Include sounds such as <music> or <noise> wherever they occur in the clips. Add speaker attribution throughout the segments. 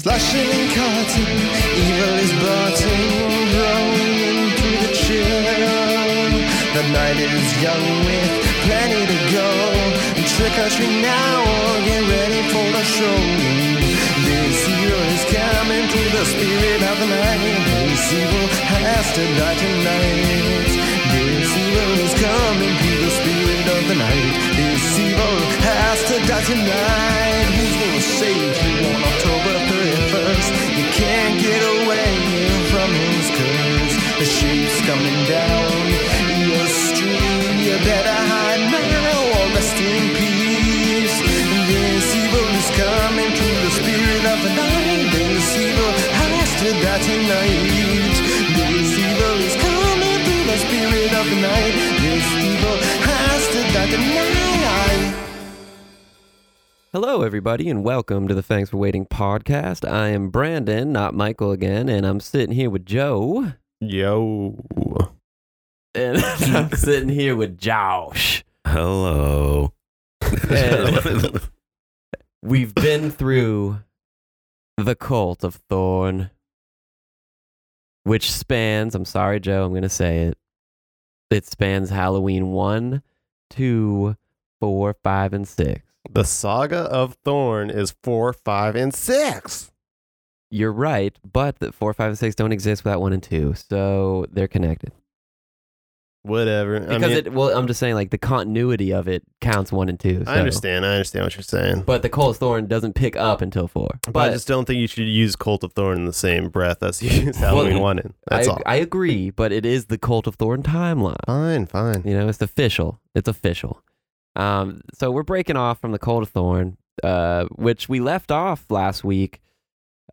Speaker 1: Flashing and cutting, evil is burning, growing through the chill. The night is young with plenty to go. Trick or treat now, or get ready for the show. This year is coming through the spirit of the night. This evil has to die tonight. This evil is coming through the spirit of the night. This evil has to die tonight. Who's gonna save you on October 31st? You can't get away from his curse. The shape's coming down your street. You better hide now or rest in peace. This evil is coming through the spirit of the night. This evil has to die tonight. This evil is coming through the spirit of the night. This evil has to die tonight.
Speaker 2: Hello, everybody, and welcome to the Thanks for Waiting podcast. I am Brandon, not Michael again, and I'm sitting here with Joe.
Speaker 3: Yo.
Speaker 2: And <laughs> I'm sitting here with Josh.
Speaker 4: Hello.
Speaker 2: And we've been through the cult of Thorn, which spans, I'm sorry, Joe, I'm going to say it. It spans Halloween 1, 2, 4, 5, and 6.
Speaker 3: The saga of Thorn is four, five, and six.
Speaker 2: You're right, but the 4, 5, and 6 don't exist without 1 and 2, so they're connected.
Speaker 3: Whatever. I
Speaker 2: because
Speaker 3: mean,
Speaker 2: it well i'm just saying like the continuity of it counts one and two so.
Speaker 3: I understand. I understand what you're saying. But,
Speaker 2: but the cold thorn doesn't pick up until four but,
Speaker 3: I just don't think you should use Cult of Thorn in the same breath as you use Halloween
Speaker 2: Well,
Speaker 3: 1 in. That's
Speaker 2: I,
Speaker 3: all.
Speaker 2: I agree but it is the cult of thorn timeline
Speaker 3: fine, fine.
Speaker 2: you know it's official it's official um so we're breaking off from the cold of thorn uh which we left off last week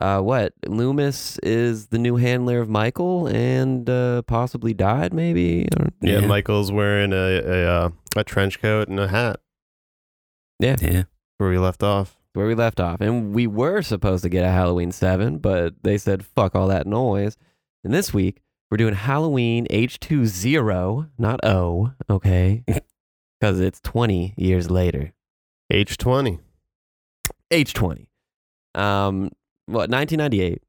Speaker 2: uh what loomis is the new handler of michael and uh possibly died maybe I don't-
Speaker 3: Yeah,
Speaker 4: Yeah.
Speaker 3: Michael's wearing a, a, uh, a trench coat and a hat
Speaker 4: Yeah.
Speaker 3: where we left off.
Speaker 2: where we left off. And we were supposed to get a Halloween 7, but they said, fuck all that noise. And this week, we're doing Halloween H20, not O, okay? Because it's 20 years later.
Speaker 3: Age 20.
Speaker 2: H20. Um, what, 1998.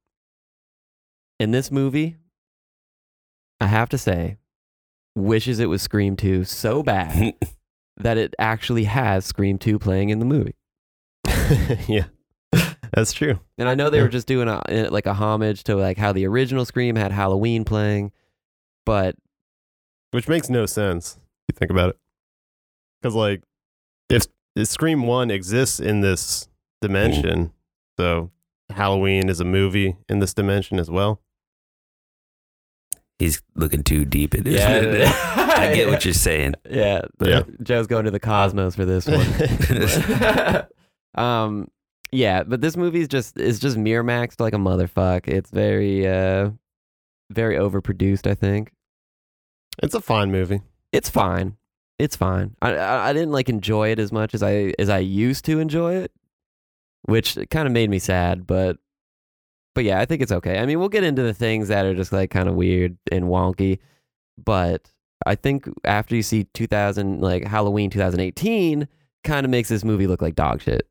Speaker 2: In this movie, I have to say, wishes it was Scream 2 so bad that it actually has Scream 2 playing in the movie.
Speaker 3: <laughs> yeah. That's true.
Speaker 2: And I know they were
Speaker 3: Yeah.
Speaker 2: just doing a, eh, like a homage to like how the original Scream had Halloween playing,
Speaker 3: <laughs>
Speaker 2: but
Speaker 3: Which makes no sense. if You think about it. Because, like, if, if Scream 1 exists in this dimension, so Halloween is a movie in this dimension as well.
Speaker 4: He's looking too deep into it. <laughs> I get what you're saying.
Speaker 2: <laughs> yeah,
Speaker 3: Yeah.
Speaker 2: Joe's going to the cosmos for this one.
Speaker 3: <laughs>
Speaker 2: <laughs> um, yeah, but this movie is just is just Miramaxed like a motherfuck. It's very uh, very overproduced. I think
Speaker 3: it's a fine movie.
Speaker 2: it's fine. It's fine. I, I I didn't like enjoy it as much as I as I used to enjoy it, which kind of made me sad. But but yeah, I think it's okay. I mean, we'll get into the things that are just like kind of weird and wonky, but I think after you see 2000 like Halloween 2018 kind of makes this movie look like dog shit.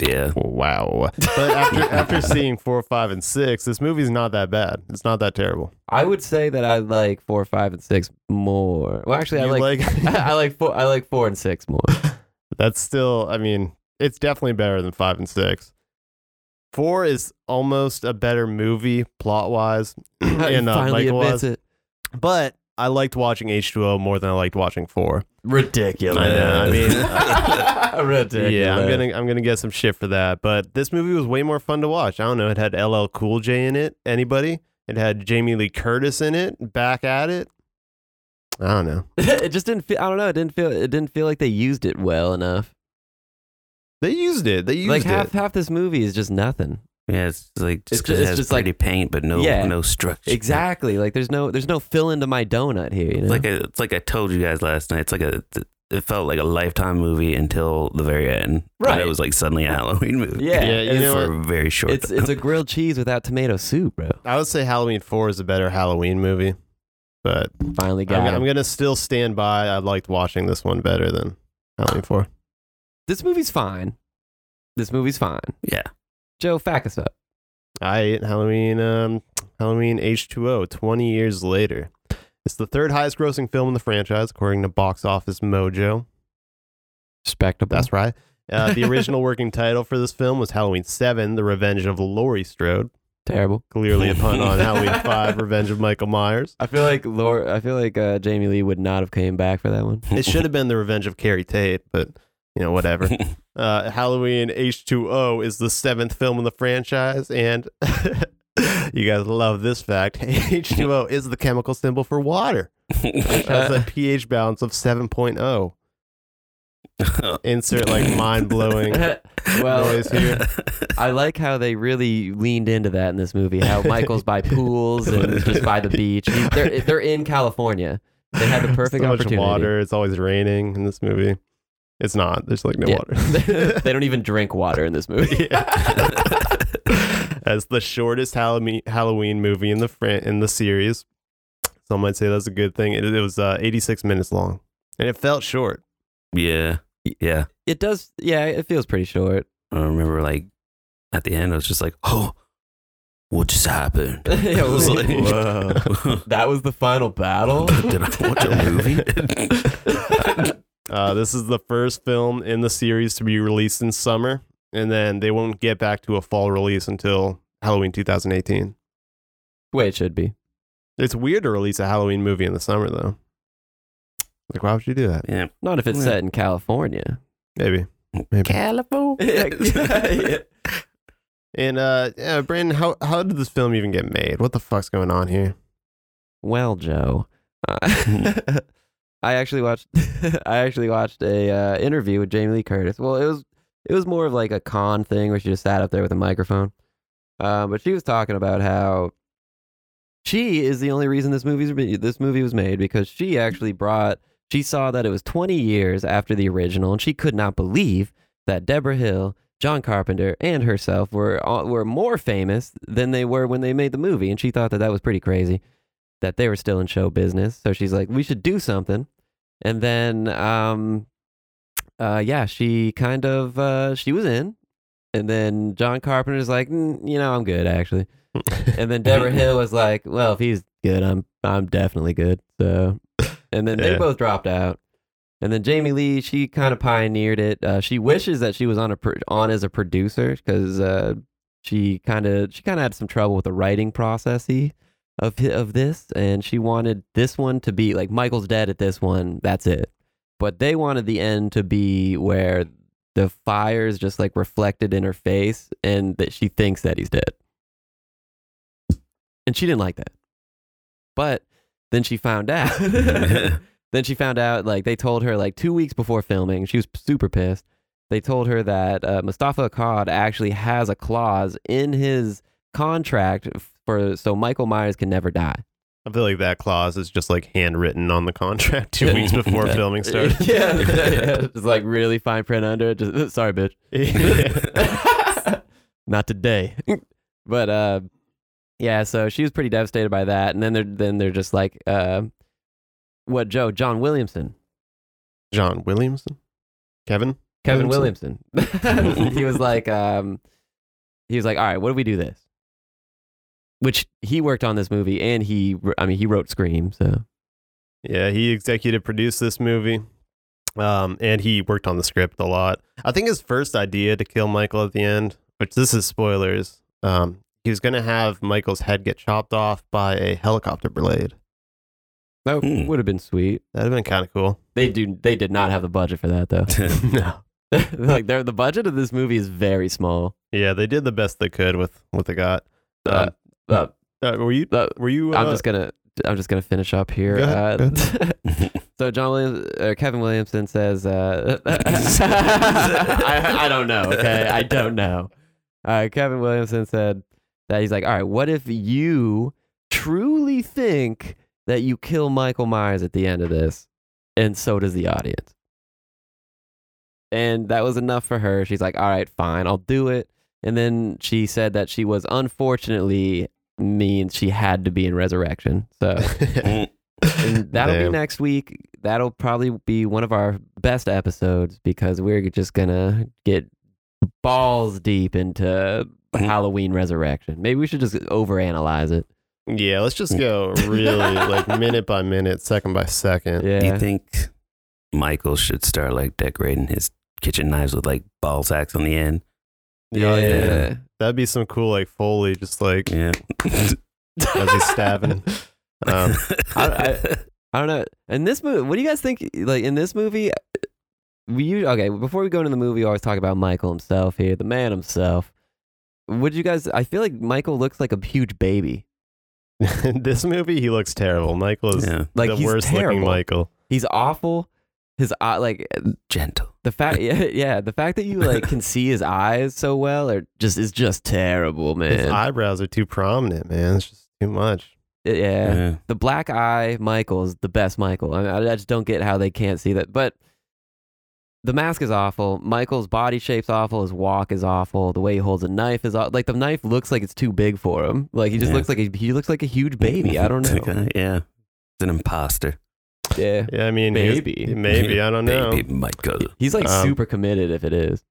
Speaker 4: Yeah.
Speaker 3: Wow. But after, after seeing four, five, and six, this movie's not that bad. It's not that terrible.
Speaker 2: I would say that I like 4, 5 and 6 more. Well, actually I
Speaker 3: You
Speaker 2: like, <laughs> I like 4 I like 4 and 6 more.
Speaker 3: that's still, I mean, it's definitely better than five and six. Four is almost a better movie plot wise
Speaker 2: <laughs>
Speaker 3: and uh,
Speaker 2: finally
Speaker 3: Michael
Speaker 2: admits
Speaker 3: wise.
Speaker 2: it.
Speaker 3: But I liked watching H2O more than I liked watching four.
Speaker 2: Ridiculous.
Speaker 3: I know, I
Speaker 2: <laughs>
Speaker 3: mean,
Speaker 2: Ridiculous.
Speaker 3: Yeah, I'm gonna I'm gonna get some shit for that. But this movie was way more fun to watch. I don't know. It had LL Cool J in it. Anybody? It had Jamie Lee Curtis in it. Back at it. I don't know.
Speaker 2: it just didn't feel. I don't know. It didn't feel. It didn't feel like they used it well enough.
Speaker 3: They used it. They used
Speaker 2: like
Speaker 3: it.
Speaker 2: half half this movie is just nothing.
Speaker 4: Yeah, it's like
Speaker 2: It's
Speaker 4: just 'cause
Speaker 2: ju- it's
Speaker 4: it has
Speaker 2: just
Speaker 4: pretty paint, but no
Speaker 2: Yeah.
Speaker 4: no structure.
Speaker 2: Exactly. Like there's no there's no fill into my donut here. You know?
Speaker 4: It's like a, it's like I told you guys last night. It's like a it felt like a lifetime movie until the very end.
Speaker 2: Right.
Speaker 4: And it was like suddenly a Halloween movie.
Speaker 2: <laughs> yeah.
Speaker 3: Yeah, you
Speaker 2: it's,
Speaker 4: <laughs>
Speaker 3: know
Speaker 4: For a very short.
Speaker 2: it's it's a grilled cheese without tomato soup, bro.
Speaker 3: I would say Halloween Four is a better Halloween movie, but
Speaker 2: Finally
Speaker 3: I'm,
Speaker 2: got it.
Speaker 3: I'm gonna still stand by. I liked watching this one better than Halloween Four.
Speaker 2: this movie's fine. This movie's fine.
Speaker 4: <laughs> yeah.
Speaker 2: Joe, fact us up.
Speaker 3: I ate Halloween, um, Halloween H2O 20 years later. It's the third highest grossing film in the franchise, according to Box Office Mojo.
Speaker 2: Respectable.
Speaker 3: That's right. Uh, the original working title for this film was Halloween 7, The Revenge of Laurie Strode.
Speaker 2: terrible.
Speaker 3: Clearly a pun on Halloween 5, Revenge of Michael Myers.
Speaker 2: I feel like Lord, I feel like uh, Jamie Lee would not have came back for that <laughs> one.
Speaker 3: It
Speaker 4: <laughs>
Speaker 3: should have been The Revenge of Carrie Tate, but, you
Speaker 1: <laughs>
Speaker 3: know, whatever. Uh, Halloween H2O is the seventh film in the franchise, and <laughs> you guys love this fact. <laughs> H2O is the chemical symbol for water. It has
Speaker 2: Uh,
Speaker 3: a pH balance of 7.0.
Speaker 2: <laughs>
Speaker 3: Insert like mind blowing
Speaker 2: Well-
Speaker 3: noise here.
Speaker 2: I like how they really leaned into that in this movie. <laughs> How Michael's by pools and just by the beach. He- They're they're in California. They had the perfect
Speaker 3: so much
Speaker 2: opportunity.
Speaker 3: water. It's always raining in this movie. It's not. There's like no
Speaker 2: Yeah.
Speaker 3: water. <laughs>
Speaker 2: they don't even drink water in this movie.
Speaker 3: Yeah. that's the shortest Halloween Halloween movie in the fran- in the series. Some might say that's a good thing. It, it was uh, 86 minutes long, and it felt short.
Speaker 1: yeah. Yeah.
Speaker 2: <laughs> It does. Yeah, it feels pretty short.
Speaker 1: I remember like at the end, I was just like, oh, what just happened?
Speaker 2: <laughs> <laughs>
Speaker 4: <laughs>
Speaker 2: Yeah,
Speaker 1: I was
Speaker 2: what-
Speaker 1: like,
Speaker 3: Whoa.
Speaker 2: That was the final <laughs> battle.
Speaker 1: Did I watch a
Speaker 4: <laughs>
Speaker 2: <laughs>
Speaker 1: movie?
Speaker 3: Uh, this is the first film in the series to be released in summer, and then they won't get back to a fall release until Halloween 2018.
Speaker 2: Way it should be.
Speaker 3: It's weird to release a Halloween movie in the summer, though. Like, why would you do that?
Speaker 1: yeah.
Speaker 2: Not if it's
Speaker 1: Yeah.
Speaker 2: set in California.
Speaker 3: Maybe.
Speaker 2: <laughs>
Speaker 4: <laughs>
Speaker 2: Yeah.
Speaker 3: And uh, yeah, Brandon, how how did this film even get made? What the fuck's going on here?
Speaker 2: Well, Joe, uh, <laughs> I actually watched. <laughs> I actually watched a uh, interview with Jamie Lee Curtis. Well, it was it was more of like a con thing where she just sat up there with a microphone, uh, but she was talking about how she is the only reason this movie's re- this movie was made because she actually brought she saw that it was 20 years after the original and she could not believe that Deborah Hill, John Carpenter, and herself were all- were more famous than they were when they made the movie, and she thought that that was pretty crazy that they were still in show business. So she's like, we should do something. And then, um, uh, yeah, she kind of uh, she was in, and then John Carpenter's like, "Mm, you know, I'm good actually. And then Deborah Hill was like, well, if he's good, I'm I'm definitely good. So, and then they
Speaker 3: Yeah.
Speaker 2: both dropped out. And then Jamie Lee, she kind of pioneered it. Uh, she wishes that she was on a pro- on as a producer because uh, she kind of she kind of had some trouble with the writing processy of hi- of this, and she wanted this one to be like Michael's dead at this one. That's it. But they wanted the end to be where the fire's just like reflected in her face, and that she thinks that he's dead. And she didn't like that. But then she found out. <laughs> then she found out like they told her like two weeks before filming she was super pissed they told her that uh, mustafa akkad actually has a clause in his contract for so michael myers can never die
Speaker 3: I feel like that clause is just like handwritten on the <laughs> contract two weeks before filming started.
Speaker 2: <laughs> yeah, <laughs> just like really fine print under it just, <laughs> sorry bitch <laughs> not today. <laughs> but uh, yeah, so she was pretty devastated by that, and then they're then they're just like, uh, what Joe John Williamson,
Speaker 3: <laughs> John Williamson, Kevin.
Speaker 2: Kevin Williamson. <laughs> he was like, um, he was like, all right, what if we do this? Which he worked on this movie, and he I mean he wrote Scream, so
Speaker 3: Yeah, he executive produced this movie, um, and he worked on the script a lot. I think his first idea to kill Michael at the end, which this is spoilers, um, he was going to have Michael's head get chopped off by a helicopter blade.
Speaker 2: that
Speaker 1: Hmm.
Speaker 2: would have been sweet.
Speaker 3: That'd have been kind
Speaker 2: <laughs>
Speaker 3: of cool.
Speaker 2: They do they did not have the budget for that though. <laughs>
Speaker 3: no.
Speaker 2: like they're- the budget of this movie is very small.
Speaker 3: Yeah, they did the best they could with what they got. Um,
Speaker 2: Uh,
Speaker 3: uh, were you?
Speaker 2: uh,
Speaker 3: Were you? Uh,
Speaker 2: I'm just gonna I'm just gonna finish up here.
Speaker 3: Go ahead,
Speaker 2: uh,
Speaker 3: go
Speaker 2: <laughs> so John Williams, uh, Kevin Williamson says, uh, <laughs> I, I don't know. Okay, I don't know. Uh, Kevin Williamson said that he's like, all right, what if you truly think that you kill Michael Myers at the end of this, and so does the audience. And that was enough for her. She's like, all right, fine, I'll do it. And then she said that she was unfortunately means she had to be in resurrection. So <laughs> and <laughs> that'll
Speaker 3: uh, Damn.
Speaker 2: be next week. That'll probably be one of our best episodes because we're just gonna get balls deep into
Speaker 1: Mhm.
Speaker 2: Halloween Resurrection. Maybe we should just overanalyze it.
Speaker 3: Yeah, let's just go really
Speaker 2: <laughs>
Speaker 3: like minute by minute, second by second.
Speaker 2: Yeah.
Speaker 1: Do you think Michael should start like decorating his kitchen knives with like ball sacks on the end?
Speaker 2: yeah.
Speaker 1: yeah.
Speaker 3: That'd be some cool like Foley just
Speaker 1: <laughs>
Speaker 3: like
Speaker 1: Yeah.
Speaker 3: as he's stabbing. Um,
Speaker 2: <laughs> I- I don't know. In this movie, what do you guys think? Like in this movie, we usually, okay. Before we go into the movie, we always talk about Michael himself here, the man himself. Would you guys? I feel like Michael looks like a huge baby.
Speaker 3: in <laughs> this movie, he looks terrible. Michael is
Speaker 1: yeah.
Speaker 2: Like
Speaker 3: the
Speaker 2: he's
Speaker 3: worst looking
Speaker 2: terrible.
Speaker 3: Michael.
Speaker 2: He's awful. His eye, like
Speaker 1: Gentle.
Speaker 2: the fact, yeah, yeah, the fact that you like can see his eyes so well, or just is just terrible, man.
Speaker 3: His eyebrows are too prominent, man. It's just too much.
Speaker 2: yeah.
Speaker 1: Yeah.
Speaker 2: the black eye Michael is the best Michael. I, I just don't get how they can't see that. But the mask is awful. Michael's body shape's awful. His walk is awful. The way he holds a knife is aw- like the knife looks like it's too big for him. Like he just
Speaker 1: Yeah.
Speaker 2: looks like a, he looks like a huge baby. I don't know.
Speaker 1: Okay, yeah. It's an imposter.
Speaker 2: Yeah,
Speaker 3: Yeah, I mean, he's-
Speaker 2: baby.
Speaker 3: <laughs> maybe I don't know.
Speaker 1: Baby Michael.
Speaker 2: He's like
Speaker 3: Um,
Speaker 2: super committed if it is.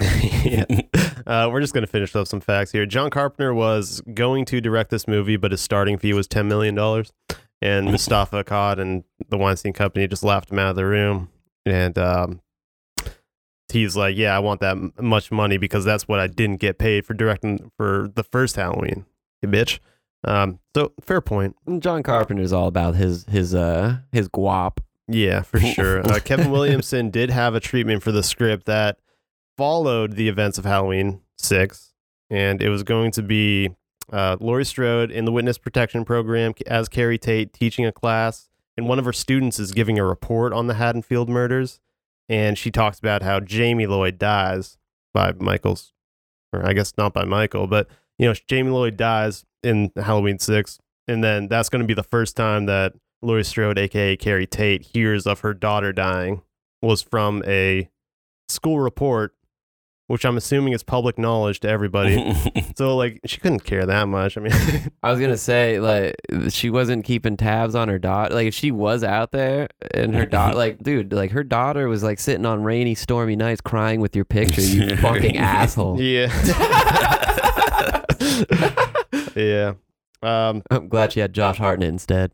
Speaker 3: yeah. <laughs> Uh, we're just going to finish up some facts here. John Carpenter was going to direct this movie, but his starting fee was $10 million. And Mustafa Akkad and the Weinstein Company just laughed him out of the room. And um, he's like, Yeah, I want that m- much money because that's what I didn't get paid for directing for the first Halloween, you bitch. Um, so, fair point.
Speaker 2: John Carpenter's all about his his uh his guap.
Speaker 3: Yeah, for sure. Uh, Kevin Williamson did have a treatment for the script that followed the events of Halloween 6, and it was going to be uh, Laurie Strode in the witness protection program as Carrie Tate teaching a class, and one of her students is giving a report on the Haddonfield murders, and she talks about how Jamie Lloyd dies by Michael's, or I guess not by Michael, but you know Jamie Lloyd dies in Halloween 6, and then that's going to be the first time that Laurie Strode, aka Carrie Tate, hears of her daughter dying was from a school report, which I'm assuming is public knowledge to
Speaker 1: Mm-hmm.
Speaker 3: everybody.
Speaker 1: <laughs>
Speaker 3: so like she couldn't care that much. I mean, <laughs>
Speaker 2: I was gonna say like she wasn't keeping tabs on her daughter. Like if she was out there and her daughter, like dude, like her daughter was like sitting on rainy, stormy nights crying with your picture. You fucking asshole.
Speaker 3: <laughs> yeah, yeah. Um,
Speaker 2: I'm glad she had Josh Hartnett instead.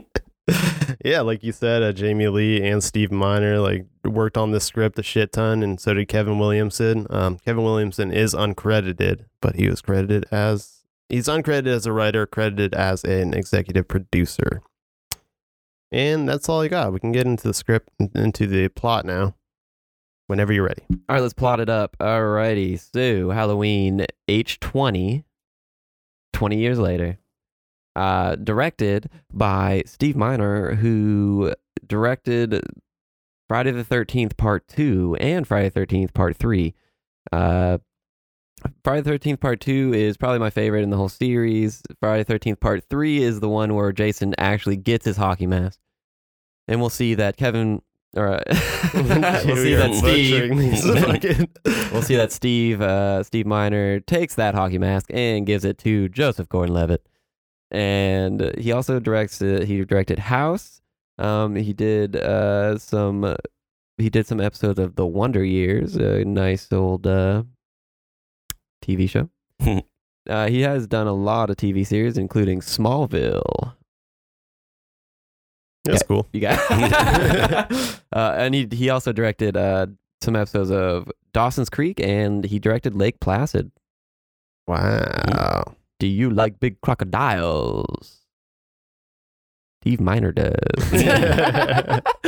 Speaker 3: <laughs> yeah, like you said, uh, Jamie Lee and Steve Miner like worked on this script a shit ton, and so did Kevin Williamson. Um, Kevin Williamson is uncredited, but he was credited as he's uncredited as a writer, credited as an executive producer. And that's all I got. We can get into the script, into the plot now. Whenever you're ready.
Speaker 2: All right, let's plot it up. Alrighty, so Halloween H 20 20 years later, uh, directed by Steve Miner, who directed Friday the 13th Part 2 and Friday the 13th Part 3. Uh, Friday the 13th Part 2 is probably my favorite in the whole series. Friday the 13th Part 3 is the one where Jason actually gets his hockey mask. And we'll see that Kevin, or <laughs>
Speaker 3: <laughs>
Speaker 2: uh, <laughs> we'll see
Speaker 3: We are
Speaker 2: that Steve <laughs>
Speaker 3: butchering these fucking-
Speaker 2: we'll see that Steve uh, Steve Miner takes that hockey mask and gives it to Joseph Gordon-Levitt, and uh, he also directs. Uh, he directed House. Um, he did uh, some. Uh, he did some episodes of The Wonder Years, a nice old uh, TV show. uh, he has done a lot of TV series, including Smallville.
Speaker 3: <laughs> That's cool.
Speaker 2: You got <laughs> uh, and he he also directed uh, some episodes of Dawson's Creek, and he directed Lake Placid.
Speaker 3: Wow.
Speaker 2: Do you like big crocodiles? Steve Miner does. <laughs>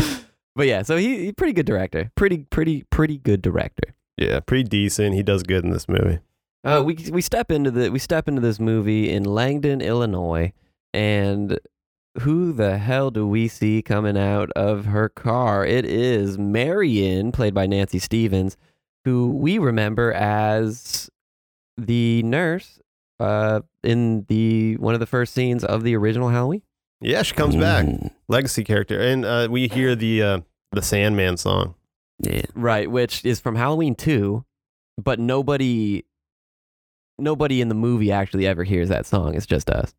Speaker 2: but yeah, so he, he pretty good director. Pretty pretty pretty good director.
Speaker 3: Yeah, pretty decent. He does good in this movie.
Speaker 2: Uh, we we step into the we step into this movie in Langdon, Illinois, and who the hell do we see coming out of her car? It is Marion, played by Nancy Stevens, who we remember as the nurse uh, in the one of the first scenes of the original Halloween.
Speaker 3: Yeah, she comes back.
Speaker 1: Mm,
Speaker 3: legacy character, and uh, we hear the uh, the Sandman song.
Speaker 1: Yeah.
Speaker 2: Right, which is from Halloween 2, but nobody nobody in the movie actually ever hears that song. It's just us.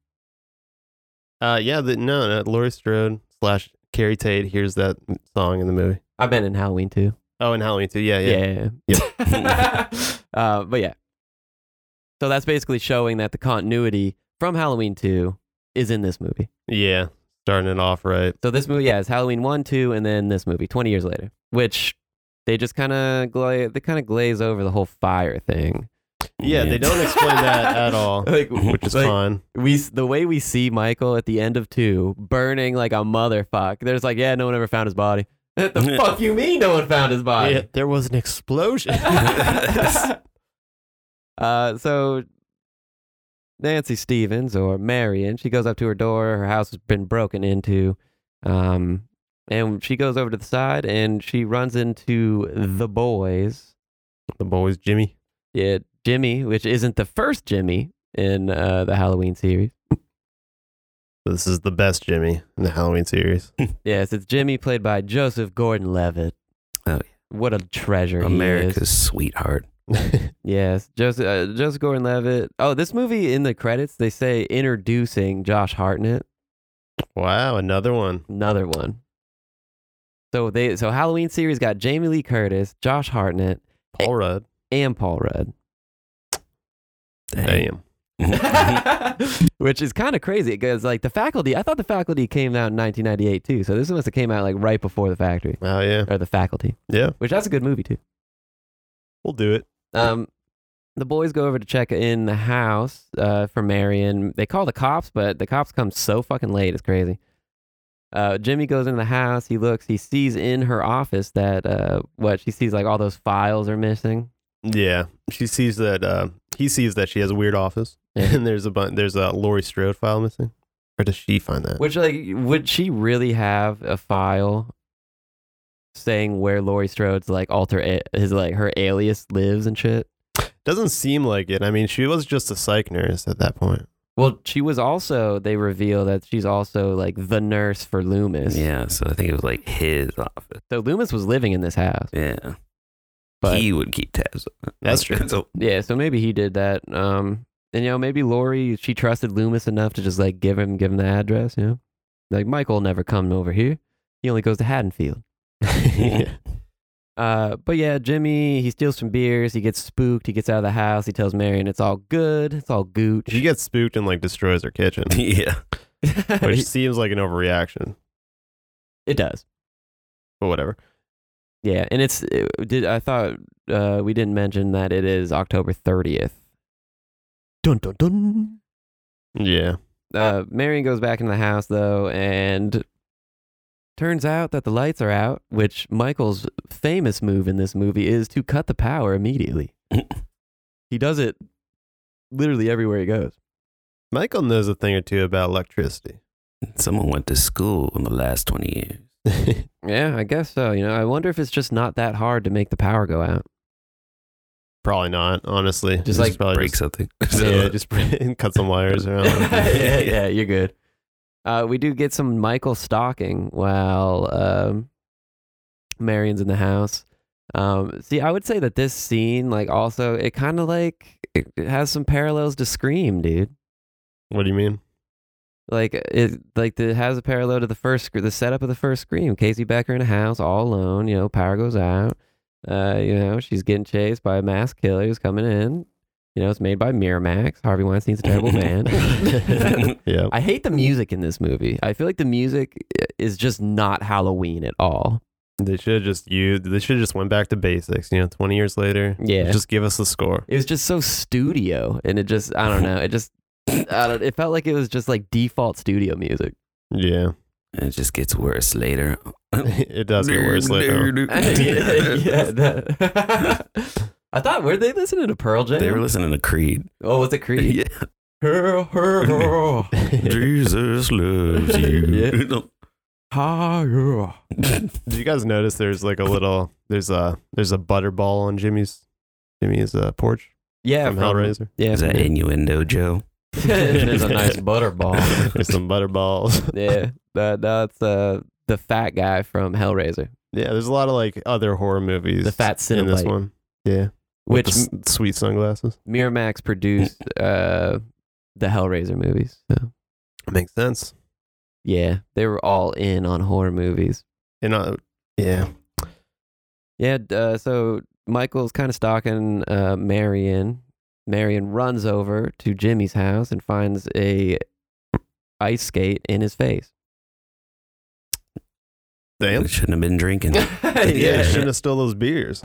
Speaker 3: Uh, yeah, the, no, no, Laurie Strode slash Carrie Tate hears that song in the movie.
Speaker 2: I've been in Halloween 2.
Speaker 3: <laughs> Oh, and Halloween too. Yeah, yeah.
Speaker 2: Yeah. uh, but yeah. So that's basically showing that the continuity from Halloween 2 is in this movie.
Speaker 3: Yeah, starting it off right.
Speaker 2: So this movie, yeah, is Halloween 1, 2, and then this movie 20 years later, which they just kind of gla- they kind of glaze over the whole fire thing.
Speaker 3: Yeah, they don't explain that at all,
Speaker 2: <laughs> Like,
Speaker 3: which is
Speaker 2: like,
Speaker 3: fine.
Speaker 2: we s- the way we see Michael at the end of 2 burning like a motherfucker. There's like, yeah, no one ever found his body. <laughs> the fuck you mean no one found his body?
Speaker 3: Yeah, there was an explosion. <laughs>
Speaker 2: <laughs> uh, so Nancy Stevens or Marion, she goes up to her door. Her house has been broken into, um, and she goes over to the side and she runs into the boys.
Speaker 3: the boys, Jimmy.
Speaker 2: Yeah, Jimmy, which isn't the first Jimmy in uh, the Halloween series.
Speaker 3: This is the best Jimmy in the Halloween series.
Speaker 2: Yes, it's Jimmy played by Joseph Gordon-Levitt.
Speaker 1: Oh, yeah.
Speaker 2: What a treasure! he is.
Speaker 1: <laughs> America's sweetheart.
Speaker 2: Yes, Joseph uh, Joseph Gordon-Levitt. Oh, this movie in the credits they say introducing Josh Hartnett,
Speaker 3: wow, another one.
Speaker 2: another one. So they so Halloween series got Jamie Lee Curtis, Josh Hartnett,
Speaker 3: Paul Rudd.
Speaker 2: and Paul Rudd, <laughs>
Speaker 3: Damn.
Speaker 1: <laughs>
Speaker 3: <laughs>
Speaker 2: which is kind of crazy because like the faculty, I thought the faculty came out in 1998 too. So this must have came out like right before the factory
Speaker 3: Oh yeah,
Speaker 2: or the faculty,
Speaker 3: yeah.
Speaker 2: which that's a good movie too.
Speaker 3: We'll do it.
Speaker 2: Um, the boys go over to check in the house uh, for Marion. They call the cops, but the cops come so fucking late. It's crazy. Uh, Jimmy goes into the house. He looks. He sees in her office that uh, what she sees like all those files are missing.
Speaker 3: Yeah, she sees that. Uh, he sees that she has a weird office,
Speaker 2: Yeah.
Speaker 3: <laughs> and there's a bun- there's a Laurie Strode file missing. Or does she find that?
Speaker 2: Which like would she really have a file saying where Laurie Strode's like alter a- his like her alias lives and shit?
Speaker 3: Doesn't seem like it. I mean, she was just a psych nurse at that point.
Speaker 2: Well, she was also. They reveal that she's also like the nurse for Loomis.
Speaker 1: Yeah, so I think it was like his office.
Speaker 2: So Loomis was living in this house,
Speaker 1: Yeah,
Speaker 2: but
Speaker 3: <laughs>
Speaker 1: he would keep tabs. on it.
Speaker 3: That's true.
Speaker 1: <laughs>
Speaker 3: <laughs>
Speaker 1: So
Speaker 2: Yeah, so maybe he did that. Um, and you know, maybe Lori she trusted Loomis enough to just like give him give him the address. You know, like Michael will never come over here. He only goes to Haddonfield. Uh, but yeah, Jimmy he steals some beers. He gets spooked. He gets out of the house. He tells Marion it's all good. It's all gooch.
Speaker 3: She gets spooked and like destroys her kitchen,
Speaker 1: yeah,
Speaker 2: <laughs>
Speaker 3: which seems like an overreaction,
Speaker 2: it does.
Speaker 3: but whatever.
Speaker 2: Yeah, and it's it, did I thought uh, we didn't mention that it is October thirtieth. Dun dun dun.
Speaker 3: Yeah,
Speaker 2: uh, Marion goes back into the house though, and turns out that the lights are out. Which Michael's famous move in this movie is to cut the power <coughs> immediately. he does it literally everywhere he goes.
Speaker 3: Michael knows a thing or two about electricity. <laughs>
Speaker 1: someone went to school in the last twenty years.
Speaker 2: Yeah, I guess so. You know, I wonder if it's just not that hard to make the power go out.
Speaker 3: Probably not, honestly. Just
Speaker 2: like
Speaker 3: probably
Speaker 1: break
Speaker 3: just,
Speaker 1: something.
Speaker 3: <laughs>
Speaker 1: <laughs>
Speaker 3: yeah, just break- <laughs> cut some wires around.
Speaker 2: yeah, yeah, you're good. Uh, we do get some Michael stalking while um, Marion's in the house. Um, see, I would say that this scene, like, also it kind of like it it has some parallels to Scream, dude.
Speaker 3: what do you mean?
Speaker 2: Like it, like it has a parallel to the first, sc- the setup of the first Scream. Casey Becker in a house, all alone. You know, power goes out. Uh, you know, she's getting chased by a mass killer who's coming in. You know, it's made by Miramax. Harvey Weinstein's a
Speaker 1: <laughs>
Speaker 2: terrible man. <laughs>
Speaker 3: Yeah.
Speaker 2: I hate the music in this movie. I feel like the music i- is just not Halloween at all.
Speaker 3: They should have just used. They should have just went back to basics. You know, twenty years later.
Speaker 2: Yeah.
Speaker 3: Just give us the score.
Speaker 2: It was just so studio, and it just I don't know. It just I don't, it felt like it was just like default studio <laughs> music.
Speaker 3: Yeah.
Speaker 1: And it just gets worse later.
Speaker 3: <laughs> it does get worse later. <laughs>
Speaker 2: that- <laughs> I thought were they listening to Pearl Jam?
Speaker 1: They were listening to Creed.
Speaker 3: <laughs>
Speaker 2: oh, was it Creed? <laughs>
Speaker 1: Yeah.
Speaker 2: Hurl, hurl,
Speaker 1: <laughs> Jesus loves
Speaker 3: <laughs>
Speaker 1: you.
Speaker 2: higher.
Speaker 3: Did you guys notice there's <laughs> like a little there's a there's a butterball on Jimmy's Jimmy's uh, porch
Speaker 2: <laughs> Yeah,
Speaker 3: from Hellraiser.
Speaker 1: <laughs>
Speaker 2: Yeah,
Speaker 1: Is that innuendo, Joe?
Speaker 2: <laughs> there's a <laughs> nice butterball.
Speaker 3: <laughs> there's some butterballs. <laughs>
Speaker 2: Yeah, that, that's uh, the fat guy from Hellraiser.
Speaker 3: Yeah. There's a lot of like other horror movies.
Speaker 2: The fat
Speaker 3: in this
Speaker 2: Cenobite.
Speaker 3: one. Yeah.
Speaker 2: which
Speaker 3: With the s- sweet sunglasses
Speaker 2: Miramax
Speaker 3: <laughs>
Speaker 2: produced uh, the Hellraiser movies. So
Speaker 3: makes sense.
Speaker 2: yeah, they were all in on horror movies.
Speaker 3: And uh, yeah.
Speaker 2: Yeah, d- uh, so Michael's kind of stalking uh, Marion. Marion runs over to Jimmy's house and finds a ice skate in his face.
Speaker 3: Damn.
Speaker 1: We shouldn't have been drinking. <laughs>
Speaker 3: <laughs> Yeah, you shouldn't
Speaker 2: yeah.
Speaker 3: have stole those beers.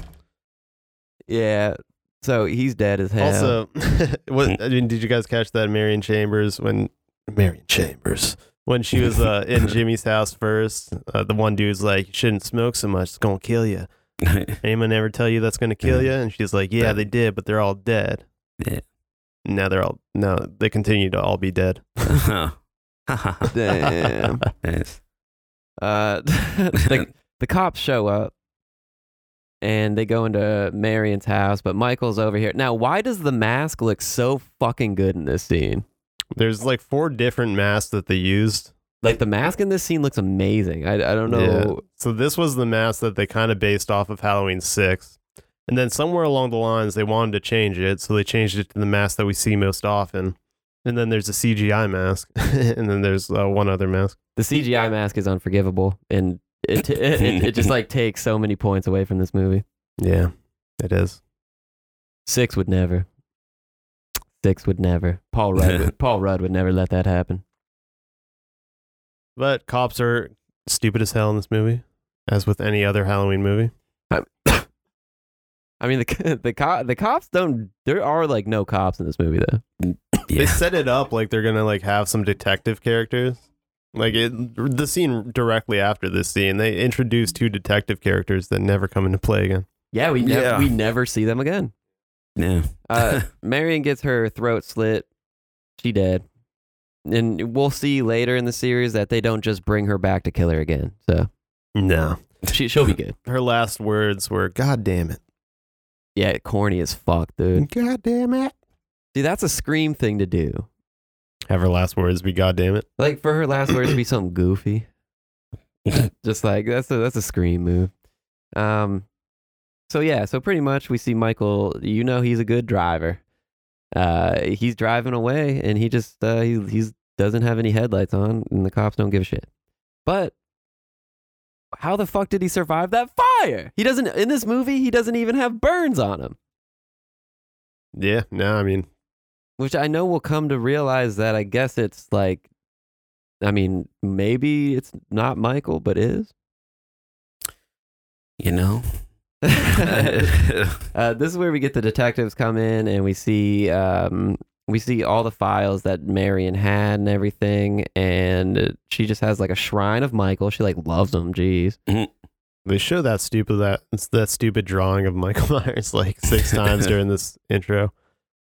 Speaker 2: Yeah. So he's dead as hell.
Speaker 3: Also, <laughs> what, I mean, did you guys catch that Marion Chambers when Marion Chambers when she was uh,
Speaker 2: <laughs>
Speaker 3: in Jimmy's house first? Uh, the one dude's like, "You shouldn't smoke so much; it's gonna kill you." Anyone ever tell you that's gonna
Speaker 2: Mm.
Speaker 3: kill you? And she's like, "Yeah, they did, but they're all dead."
Speaker 1: Yeah.
Speaker 3: Now they're all no, they continue to all be dead.
Speaker 1: <laughs>
Speaker 2: Damn.
Speaker 1: Nice.
Speaker 2: Uh, <laughs> the, the cops show up and they go into Marion's house, but Michael's over here. Now, why does the mask look so fucking good in this scene?
Speaker 3: <laughs> There's like four different masks that they used.
Speaker 2: Like, the mask in this scene looks amazing. I, I don't know.
Speaker 3: So this was the mask that they kind of based off of Halloween 6. And then somewhere along the lines, they wanted to change it. So they changed it to the mask that we see most often. And then there's a CGI mask. <laughs> and then there's uh, one other mask.
Speaker 2: The CGI mask is unforgivable and it, <laughs> it, it, it just like takes so many points away from this movie.
Speaker 3: Yeah, it is.
Speaker 2: Six would never. Six would never. Paul Rudd. <laughs> would, Paul Rudd would never let that happen.
Speaker 3: But cops are stupid as hell in this movie, as with any other Halloween movie.
Speaker 2: I mean, the <laughs> the co- the cops don't. There are like no cops in this movie though.
Speaker 3: They
Speaker 1: <laughs> Yeah.
Speaker 3: set it up like they're going to like have some detective characters. Like it, the scene directly after this scene, they introduce two detective characters that never come into play again.
Speaker 2: Yeah, we nev-
Speaker 1: Yeah.
Speaker 2: we never see them again.
Speaker 1: Yeah.
Speaker 2: <laughs> Uh, Marion gets her throat slit. She dead. And we'll see later in the series that they don't just bring her back to kill her again. So
Speaker 3: No.
Speaker 2: she she'll <laughs> be good.
Speaker 3: her last words were god damn it
Speaker 2: Yeah, corny as fuck, dude.
Speaker 3: god damn it
Speaker 2: See, that's a scream thing to do.
Speaker 3: have her last words be god damn it
Speaker 2: Like for her last words to be something goofy. <laughs> Just like that's a that's a scream move. Um so yeah, so pretty much we see Michael, you know he's a good driver. Uh he's driving away and he just uh he he's doesn't have any headlights on and the cops don't give a shit. But how the fuck did he survive that fire? He doesn't in this movie he doesn't even have burns on him.
Speaker 3: yeah no i mean
Speaker 2: which I know will come to realize that I guess it's like, I mean, maybe it's not Michael, but is. <laughs>
Speaker 1: You
Speaker 3: <laughs>
Speaker 1: know? <laughs>
Speaker 2: uh, this is where we get the detectives come in and we see um, we see all the files that Marion had and everything, and she just has like a shrine of Michael. She like loves him. Jeez.
Speaker 3: they show that stupid that it's that stupid drawing of michael <laughs> myers like six times during this intro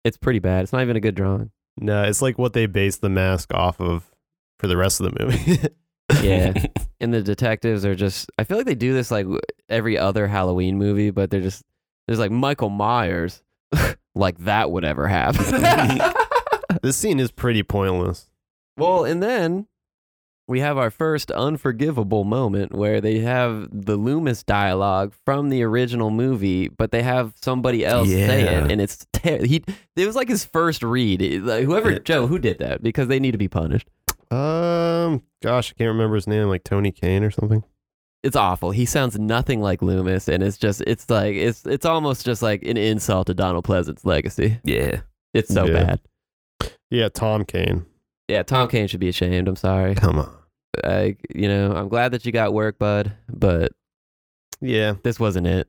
Speaker 2: It's pretty bad. It's not even a good drawing.
Speaker 3: no it's like what they base the mask off of for the rest of the movie <laughs>
Speaker 2: Yeah. and the detectives are just I feel like they do this like w- every other Halloween movie, but they're just there's like Michael Myers, <laughs> like that would ever happen.
Speaker 3: this scene is pretty pointless
Speaker 2: well, and then we have our first unforgivable moment where they have the Loomis dialogue from the original movie, but they have somebody else say
Speaker 1: Yeah.
Speaker 2: it, and it's ter- he. It was like his first read. It- like, whoever Joe who did that because they need to be punished.
Speaker 3: um gosh i can't remember his name like tony kane or something
Speaker 2: it's awful. He sounds nothing like Loomis, and it's just it's like it's it's almost just like an insult to Donald Pleasant's legacy.
Speaker 3: <laughs>
Speaker 1: yeah. <laughs>
Speaker 2: It's so
Speaker 3: Yeah.
Speaker 2: bad.
Speaker 3: yeah tom kane
Speaker 2: Yeah, Tom Kane should be ashamed. I'm sorry.
Speaker 3: come on
Speaker 2: I you know I'm glad that you got work, bud, but
Speaker 3: yeah
Speaker 2: this wasn't it.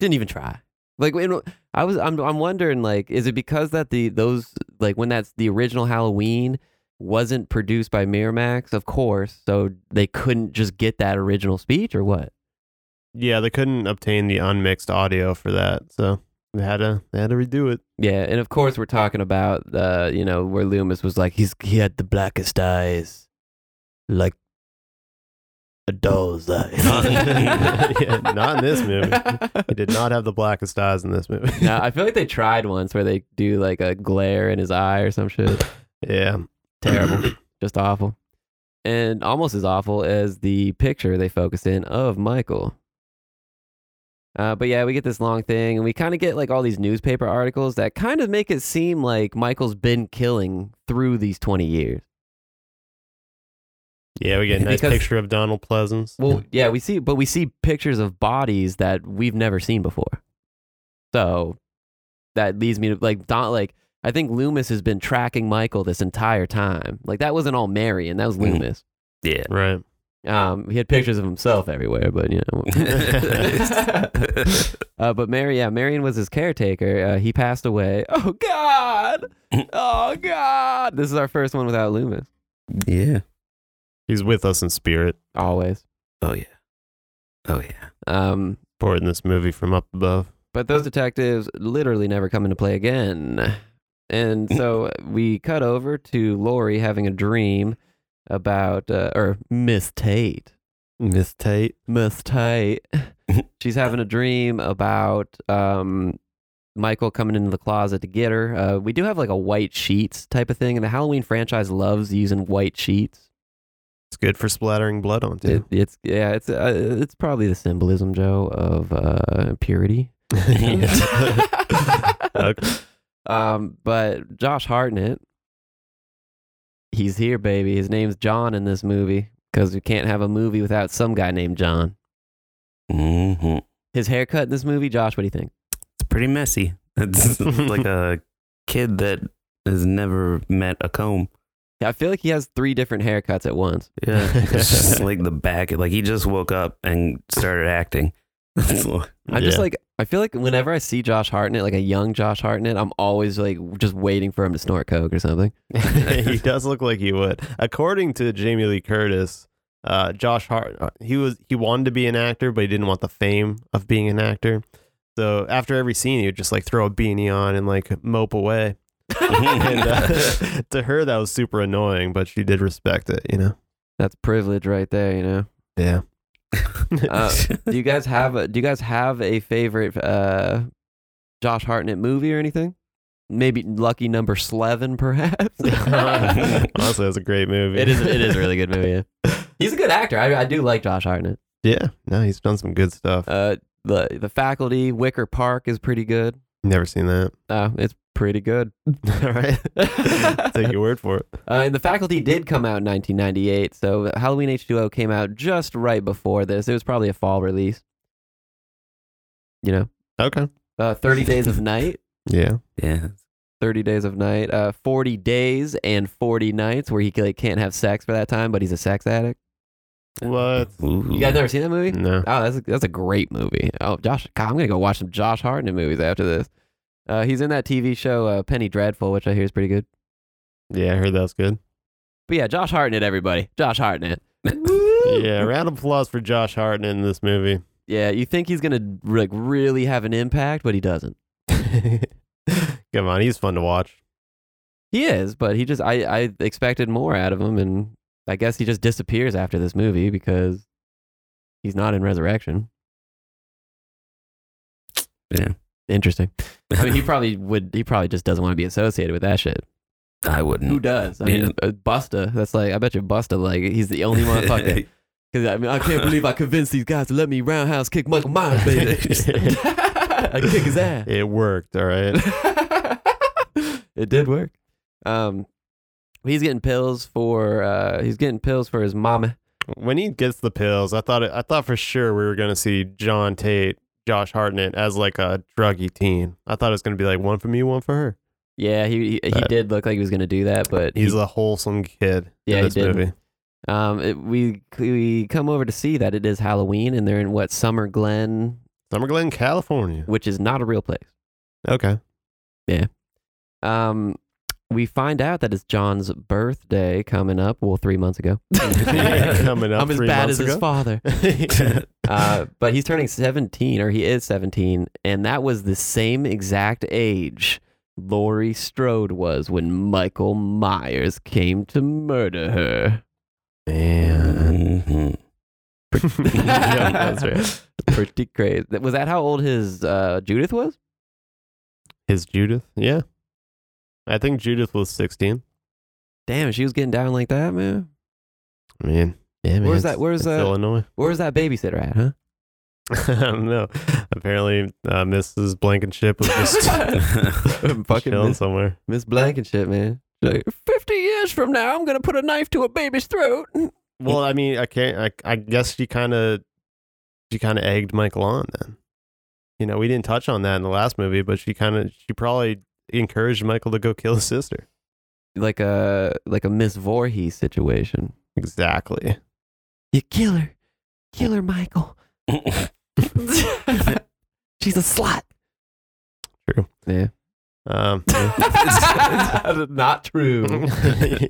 Speaker 2: Didn't even try. Like when- I was, I'm I'm wondering like, is it because that the those like when that's the original Halloween wasn't produced by Miramax, of course, so they couldn't just get that original speech or what?
Speaker 3: yeah they couldn't obtain the unmixed audio for that so they had to they had to redo it
Speaker 2: Yeah, and of course we're talking about uh, you know, where Loomis was like he's he had the blackest eyes, like a doll's
Speaker 3: <laughs>
Speaker 2: eyes. <laughs>
Speaker 3: Yeah, not in this movie. He did not have the blackest eyes in this movie. <laughs>
Speaker 2: No, I feel like they tried once where they do like a glare in his eye or some shit.
Speaker 3: yeah.
Speaker 2: Terrible, just awful, and almost as awful as the picture they focus in of Michael. Uh, but yeah, we get this long thing, and we kind of get like all these newspaper articles that kind of make it seem like Michael's been killing through these twenty years.
Speaker 3: <clears throat> Yeah, we get a nice
Speaker 2: Because-
Speaker 3: picture of Donald Pleasance.
Speaker 2: Well, yeah, we see, but we see pictures of bodies that we've never seen before. So that leads me to like Don like I think Loomis has been tracking Michael this entire time. Like that wasn't all Marion, that was
Speaker 1: Mhm.
Speaker 2: Loomis.
Speaker 1: Yeah.
Speaker 3: Right.
Speaker 2: Um, he had pictures of himself everywhere, but you know. <laughs> Uh, but Mary, yeah, Marion was his caretaker. Uh, he passed away. <laughs> Oh God! Oh God! This is our first one without Loomis.
Speaker 1: yeah.
Speaker 3: He's with us in spirit,
Speaker 2: Always.
Speaker 1: Oh yeah. Oh yeah.
Speaker 2: Um,
Speaker 3: poured in this movie from up above.
Speaker 2: but those detectives literally never come into play again.
Speaker 3: <laughs>
Speaker 2: And so we cut over to Lori having a dream about, uh, or Miss Tate.
Speaker 3: Miss Tate.
Speaker 2: Miss
Speaker 3: <laughs>
Speaker 2: Tate. She's having a dream about um, Michael coming into the closet to get her. Uh, we do have like a white sheets type of thing, and the Halloween franchise loves using white sheets.
Speaker 3: It's good for splattering blood on,
Speaker 2: It,
Speaker 3: too.
Speaker 2: it's yeah, it's uh, it's probably the symbolism, Joe, of uh, purity.
Speaker 3: <laughs>
Speaker 2: <laughs>
Speaker 3: Okay.
Speaker 2: Um, but Josh Hartnett, he's here, baby. His name's John in this movie because we can't have a movie without some guy named John.
Speaker 1: <laughs> hmm
Speaker 2: His haircut in this movie, Josh, what do you think?
Speaker 1: It's pretty messy. It's like a kid that has never met a comb.
Speaker 2: I feel like he has three different haircuts at once.
Speaker 1: <laughs> Yeah. It's
Speaker 3: <laughs>
Speaker 1: just like the back. Like he just woke up and started
Speaker 2: <laughs>
Speaker 1: acting. <laughs> It's like-
Speaker 2: <laughs> I just
Speaker 3: Yeah.
Speaker 2: like I feel like whenever I see Josh Hartnett, like a young Josh Hartnett, I'm always like just waiting for him to snort coke or something.
Speaker 3: <laughs> he does look like he would. According to Jamie Lee Curtis, uh, Josh Hart, uh, he was he wanted to be an actor, but he didn't want the fame of being an actor. So after every scene, he would just like throw a beanie on and like mope away. And uh, <laughs> to her, that was super annoying, but she did respect it, you
Speaker 2: <laughs>
Speaker 3: know.
Speaker 2: That's privilege right there, you know.
Speaker 3: Yeah. <laughs>
Speaker 2: Uh, do you guys have a Do you guys have a favorite uh, Josh Hartnett movie or anything? Maybe Lucky Number Eleven, perhaps.
Speaker 3: Honestly, that's a great movie.
Speaker 2: <laughs> it is. It is a really good movie. yeah. <laughs> He's a good actor. I, I do like Josh Hartnett.
Speaker 3: <laughs> Yeah. No, he's done some good stuff.
Speaker 2: Uh, the The Faculty, Wicker Park is pretty good.
Speaker 3: Never
Speaker 2: <laughs>
Speaker 3: seen that.
Speaker 2: Uh, it's pretty good. <laughs>
Speaker 3: All right. Take your word for it.
Speaker 2: Uh, and the faculty did come out in 1998, so Halloween H2O came out just right before this. It was probably a fall release. You know,
Speaker 3: Okay.
Speaker 2: uh, 30 Days of Night,
Speaker 3: Yeah.
Speaker 1: yeah.
Speaker 2: 30 Days of Night, uh, 40 Days and 40 Nights, where he like, can't have sex for that time, but he's a sex addict.
Speaker 3: What?
Speaker 1: Ooh.
Speaker 2: You guys never seen that movie?
Speaker 3: No.
Speaker 2: Oh, that's a, that's a great movie. Oh, Josh, God, I'm gonna go watch some Josh Hartnett movies after this. Uh, he's in that TV show uh, Penny Dreadful, which I hear is pretty good.
Speaker 3: Yeah, I heard that was good.
Speaker 2: But yeah, Josh Hartnett, everybody, Josh Hartnett.
Speaker 3: <laughs> Yeah, round of applause for Josh Hartnett in this movie. <laughs>
Speaker 2: Yeah, you think he's gonna like really have an impact, but he doesn't.
Speaker 3: Come on, he's fun to watch.
Speaker 2: He is, but he just I I expected more out of him, and I guess he just disappears after this movie because he's not in Resurrection.
Speaker 1: Yeah.
Speaker 2: <laughs> Interesting. I mean, he probably would. He probably just doesn't want to be associated with that shit.
Speaker 1: <laughs> I wouldn't.
Speaker 2: Who does? I mean, uh, Busta. That's like I bet you Busta. Like he's the only
Speaker 1: <laughs>
Speaker 2: motherfucker. <laughs> Because I mean, I can't believe I convinced these guys to let me roundhouse kick Michael Myers, <laughs> baby. I kick
Speaker 3: <laughs>
Speaker 2: his ass.
Speaker 3: It worked, all right.
Speaker 2: <laughs> it did work. Um, he's getting pills for uh, he's getting pills for his mama.
Speaker 3: when he gets the pills, I thought it, I thought for sure we were gonna see John Tate, Josh Hartnett as like a druggy teen. I thought it was gonna be like one for me, one for her.
Speaker 2: Yeah, he he, he
Speaker 3: But-
Speaker 2: did look like he was gonna do that, but
Speaker 3: He's
Speaker 2: he,
Speaker 3: a wholesome kid
Speaker 2: Yeah, he
Speaker 3: in this
Speaker 2: did.
Speaker 3: movie.
Speaker 2: um it, we we come over to see that it is Halloween and they're in what Summer Glen,
Speaker 3: Summer Glen, California.
Speaker 2: which is not a real place. <laughs>
Speaker 3: Okay.
Speaker 2: Um, we find out that it's John's birthday coming up. Well, three months
Speaker 3: <laughs>
Speaker 2: ago.
Speaker 3: Coming
Speaker 2: <laughs>
Speaker 3: up
Speaker 2: I'm as
Speaker 3: three
Speaker 2: bad as
Speaker 3: months
Speaker 2: his
Speaker 3: ago.
Speaker 2: father.
Speaker 3: <laughs>
Speaker 2: <laughs> Uh, but he's turning 17, or he is 17, and that was the same exact age Laurie Strode was when Michael Myers came to murder her. <laughs>
Speaker 3: Man.
Speaker 1: <laughs> Mhm.
Speaker 3: yeah, that's right.
Speaker 2: Pretty crazy. That- Was that how old his uh, Judith was?
Speaker 3: His Judith. Yeah. I think Judith was 16.
Speaker 2: Damn, she was getting down like that, man.
Speaker 3: I mean, yeah, man,
Speaker 2: Where's
Speaker 3: it's-
Speaker 2: that- where's
Speaker 3: it's
Speaker 2: that-
Speaker 3: Illinois. <laughs>
Speaker 2: Where's that babysitter at, huh?
Speaker 3: I don't know. Apparently, uh, Mrs.
Speaker 2: <laughs>
Speaker 3: Blankenship was <laughs> just
Speaker 2: Fucking
Speaker 3: chilling
Speaker 2: Miss,
Speaker 3: somewhere.
Speaker 2: Miss Blankenship, man. She's like, 50 years from now, I'm going to put a knife to a baby's throat.
Speaker 3: Well, I mean, I can't. I, I guess she kind of, she kind of egged Michael on then. you know, we didn't touch on that in the last movie, but she kind of she probably encouraged Michael to go kill his sister.
Speaker 2: like a like a Miss Voorhees situation.
Speaker 3: Exactly.
Speaker 2: You kill her, kill her, Michael.
Speaker 3: <laughs>
Speaker 2: She's a
Speaker 3: <laughs>
Speaker 2: slut. <laughs>
Speaker 3: True.
Speaker 2: Yeah.
Speaker 3: Um, <laughs>
Speaker 2: not true. <laughs>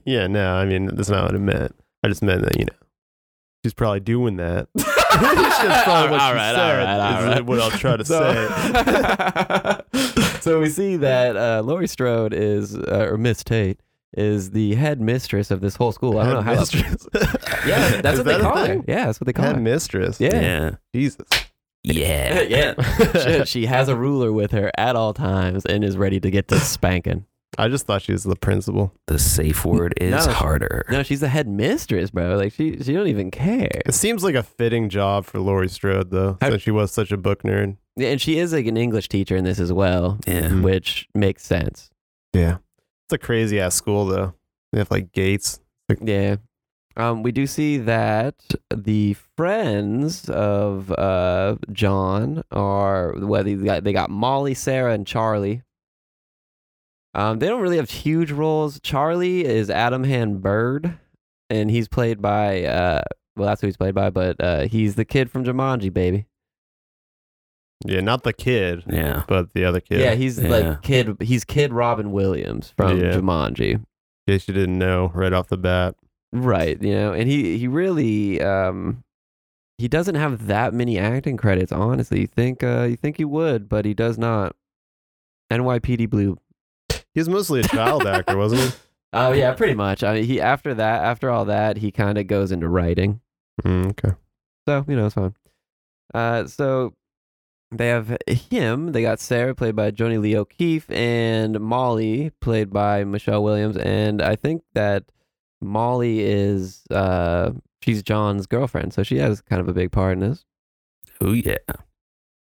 Speaker 3: yeah, no, I mean that's not what it meant. I just meant that you know she's probably doing that. That's probably what she said, is what
Speaker 2: <laughs>
Speaker 3: I'll try to
Speaker 2: say. <laughs> so we see that uh, Laurie Strode is, uh, or Miss Tate, is the head mistress of this whole school. I don't know
Speaker 3: <laughs>
Speaker 2: how.
Speaker 3: Headmistress.
Speaker 2: <laughs>
Speaker 3: <laughs>
Speaker 2: Yeah, that's
Speaker 3: Is
Speaker 2: what
Speaker 3: that
Speaker 2: they
Speaker 3: a
Speaker 2: call her.
Speaker 3: thing?
Speaker 2: Yeah, that's what they call
Speaker 3: <laughs>
Speaker 2: her.
Speaker 3: Headmistress.
Speaker 2: Yeah.
Speaker 1: yeah.
Speaker 3: Jesus.
Speaker 1: Yeah.
Speaker 2: she, <laughs> she has a ruler with her at all times and is ready to get to spanking.
Speaker 3: I just thought she was the principal.
Speaker 1: The safe word is
Speaker 2: No.
Speaker 1: harder.
Speaker 2: No, she's the head mistress, bro. Like she, she don't even care.
Speaker 3: It seems like a fitting job for Laurie Strode, though,
Speaker 2: How-
Speaker 3: since she was such a book nerd.
Speaker 2: Yeah, and she is like an English teacher in this as well,
Speaker 1: Yeah.
Speaker 2: which makes sense.
Speaker 3: Yeah. It's a crazy ass school, though. They have like gates.
Speaker 2: Yeah. Um, we do see that the friends of uh, John are well, they got, they got Molly, Sarah, and Charlie. Um, they don't really have huge roles. Charlie is Adam Han Bird, and he's played by uh, well, that's who he's played by, but uh, he's the kid from Jumanji, baby.
Speaker 3: Yeah, not the kid,
Speaker 1: Yeah.
Speaker 3: but the other kid.
Speaker 2: Yeah, he's
Speaker 1: Yeah.
Speaker 2: like kid. He's kid Robin Williams from
Speaker 3: Yeah.
Speaker 2: Jumanji.
Speaker 3: In case you didn't know right off the bat.
Speaker 2: Right, you know, and he he really um he doesn't have that many acting credits, honestly. You think uh you think he would, but he does not. NYPD Blue.
Speaker 3: He was mostly a <laughs> child actor, wasn't he?
Speaker 2: <laughs> Oh yeah, pretty much. I mean, he after that, after all that, he kind of goes into writing.
Speaker 3: Mm, okay.
Speaker 2: So, you know, it's fine. Uh so they have him, they got Sarah played by Joni Lee O'Keefe and Molly played by Michelle Williams and I think that Molly is uh she's John's girlfriend, so she has kind of a big part in this.
Speaker 1: Oh yeah.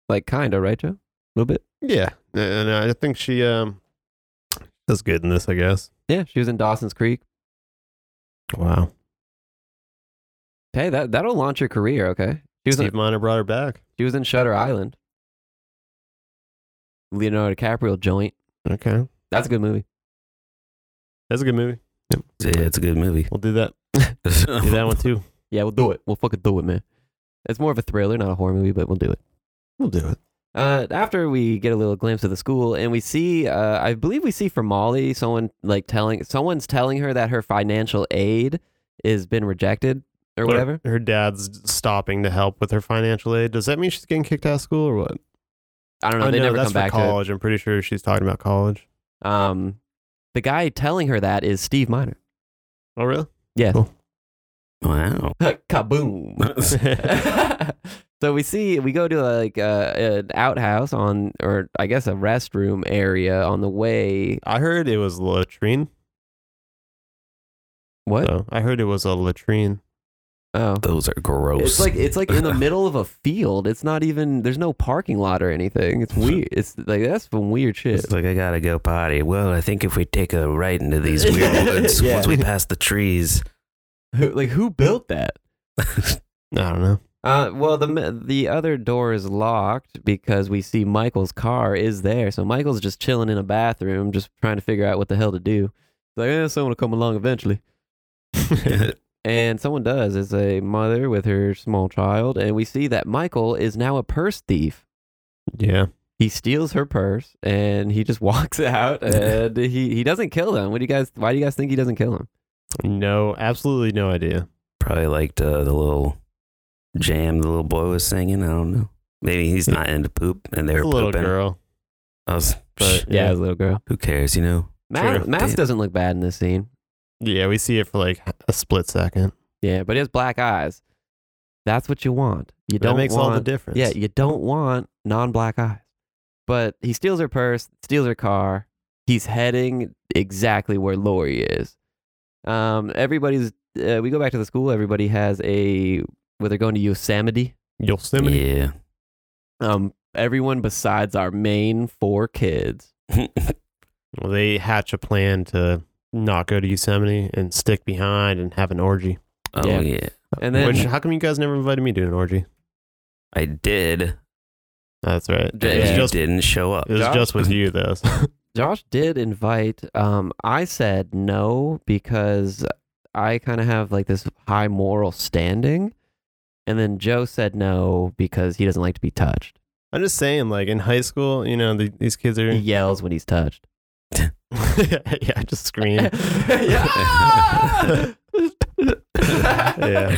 Speaker 2: Like kinda, right, Joe? A little bit.
Speaker 3: Yeah. And I think she um does good in this, I guess.
Speaker 2: Yeah, she was in Dawson's Creek.
Speaker 3: Wow.
Speaker 2: Hey, that that'll launch your career, okay? She was in,
Speaker 3: Steve Miner brought her back.
Speaker 2: she was in Shutter Island. Leonardo DiCaprio joint.
Speaker 3: Okay.
Speaker 2: That's a good movie.
Speaker 3: That's a good movie.
Speaker 1: Yeah, it's a good movie.
Speaker 3: We'll do that. Do that one too.
Speaker 2: Yeah, we'll do it. We'll fucking do it, man. It's more of a thriller, not a horror movie, but we'll do it.
Speaker 3: <laughs> We'll do it.
Speaker 2: Uh, after we get a little glimpse of the school, and we see, uh, I believe we see from Molly, someone like telling, someone's telling her that her financial aid has been rejected or whatever.
Speaker 3: Her, her dad's stopping to help with her financial aid. Does that mean she's getting kicked out of school or what?
Speaker 2: I don't know.
Speaker 3: Oh,
Speaker 2: they
Speaker 3: no,
Speaker 2: never
Speaker 3: that's
Speaker 2: come back
Speaker 3: for college. I'm pretty sure she's talking about college.
Speaker 2: to it. Um, the guy telling her that is Steve Miner.
Speaker 3: Oh, really?
Speaker 2: Yeah.
Speaker 3: Cool.
Speaker 1: <laughs> Wow.
Speaker 2: <laughs> Kaboom. <laughs>
Speaker 3: <laughs>
Speaker 2: so we see we go to like uh, an outhouse on, or I guess a restroom area on the way.
Speaker 3: I heard it was latrine.
Speaker 2: What?
Speaker 3: though. I heard it was a latrine.
Speaker 2: Oh,
Speaker 1: Those are gross.
Speaker 2: It's like it's
Speaker 1: <laughs>
Speaker 2: like in the middle of a field. It's not even there's no parking lot or anything.
Speaker 1: <laughs>
Speaker 2: It's weird. It's like that's some weird shit.
Speaker 1: It's like I gotta go potty. Well, I think if we take a right into
Speaker 3: <laughs>
Speaker 1: these weird woods,
Speaker 2: Yeah.
Speaker 1: once we pass the trees, <laughs>
Speaker 2: Who, like who built that?
Speaker 3: I don't know.
Speaker 2: Uh, well, the ma- the other door is locked because we see Michael's car is there. So Michael's just chilling in a bathroom, just trying to figure out what the hell to do. He's like, eh, someone will come along eventually. And someone does. It's a mother with her small child, and we see that Michael is now a purse thief.
Speaker 3: yeah.
Speaker 2: he steals her purse and he just <laughs> walks out
Speaker 3: <laughs>
Speaker 2: and he, he doesn't kill them. What do you guys why do you guys think he doesn't kill him?
Speaker 3: No, absolutely no idea.
Speaker 1: probably liked uh, the little jam the little boy was singing. I don't know. Maybe he's not into poop, and they were
Speaker 3: It's a little
Speaker 1: pooping.
Speaker 2: <laughs>
Speaker 3: girl.
Speaker 1: I was,
Speaker 3: But
Speaker 2: Yeah, his little girl.
Speaker 1: who cares? You know.
Speaker 2: Max,
Speaker 1: True.
Speaker 2: Max
Speaker 1: Damn.
Speaker 2: doesn't look bad in this scene.
Speaker 3: yeah, we see it for like a split second.
Speaker 2: Yeah, but he has black eyes. That's what you want. You
Speaker 3: That
Speaker 2: don't
Speaker 3: makes
Speaker 2: want
Speaker 3: all the difference.
Speaker 2: Yeah, you don't want non-black eyes. But he steals her purse, steals her car. He's heading exactly where Lori is. Um, everybody's. Uh, we go back to the school. Everybody has a. Well, they're going to Yosemite.
Speaker 3: Yosemite.
Speaker 1: Yeah. <laughs>
Speaker 2: um everyone besides our main four kids
Speaker 3: Well, they hatch a plan to not go to Yosemite and stick behind and have an orgy.
Speaker 1: Oh
Speaker 2: Yeah.
Speaker 1: yeah.
Speaker 3: Uh,
Speaker 2: and then
Speaker 3: Which, how come you guys never invited me to an orgy?
Speaker 1: I did.
Speaker 3: That's right.
Speaker 2: Yeah,
Speaker 3: It was
Speaker 1: You
Speaker 3: just, it
Speaker 1: didn't show up. <laughs>
Speaker 3: was
Speaker 2: Josh-
Speaker 3: just with
Speaker 2: <laughs>
Speaker 3: you though.
Speaker 2: Josh did invite. Um, I said no because I kind of have like this high moral standing, and then Joe said no because he doesn't like to be touched.
Speaker 3: I'm just saying, like in high school, you know, the, these kids are
Speaker 2: He yells when he's touched.
Speaker 3: <laughs> yeah, just scream.
Speaker 2: <laughs> Yeah.
Speaker 3: <laughs>
Speaker 2: <laughs>
Speaker 3: yeah.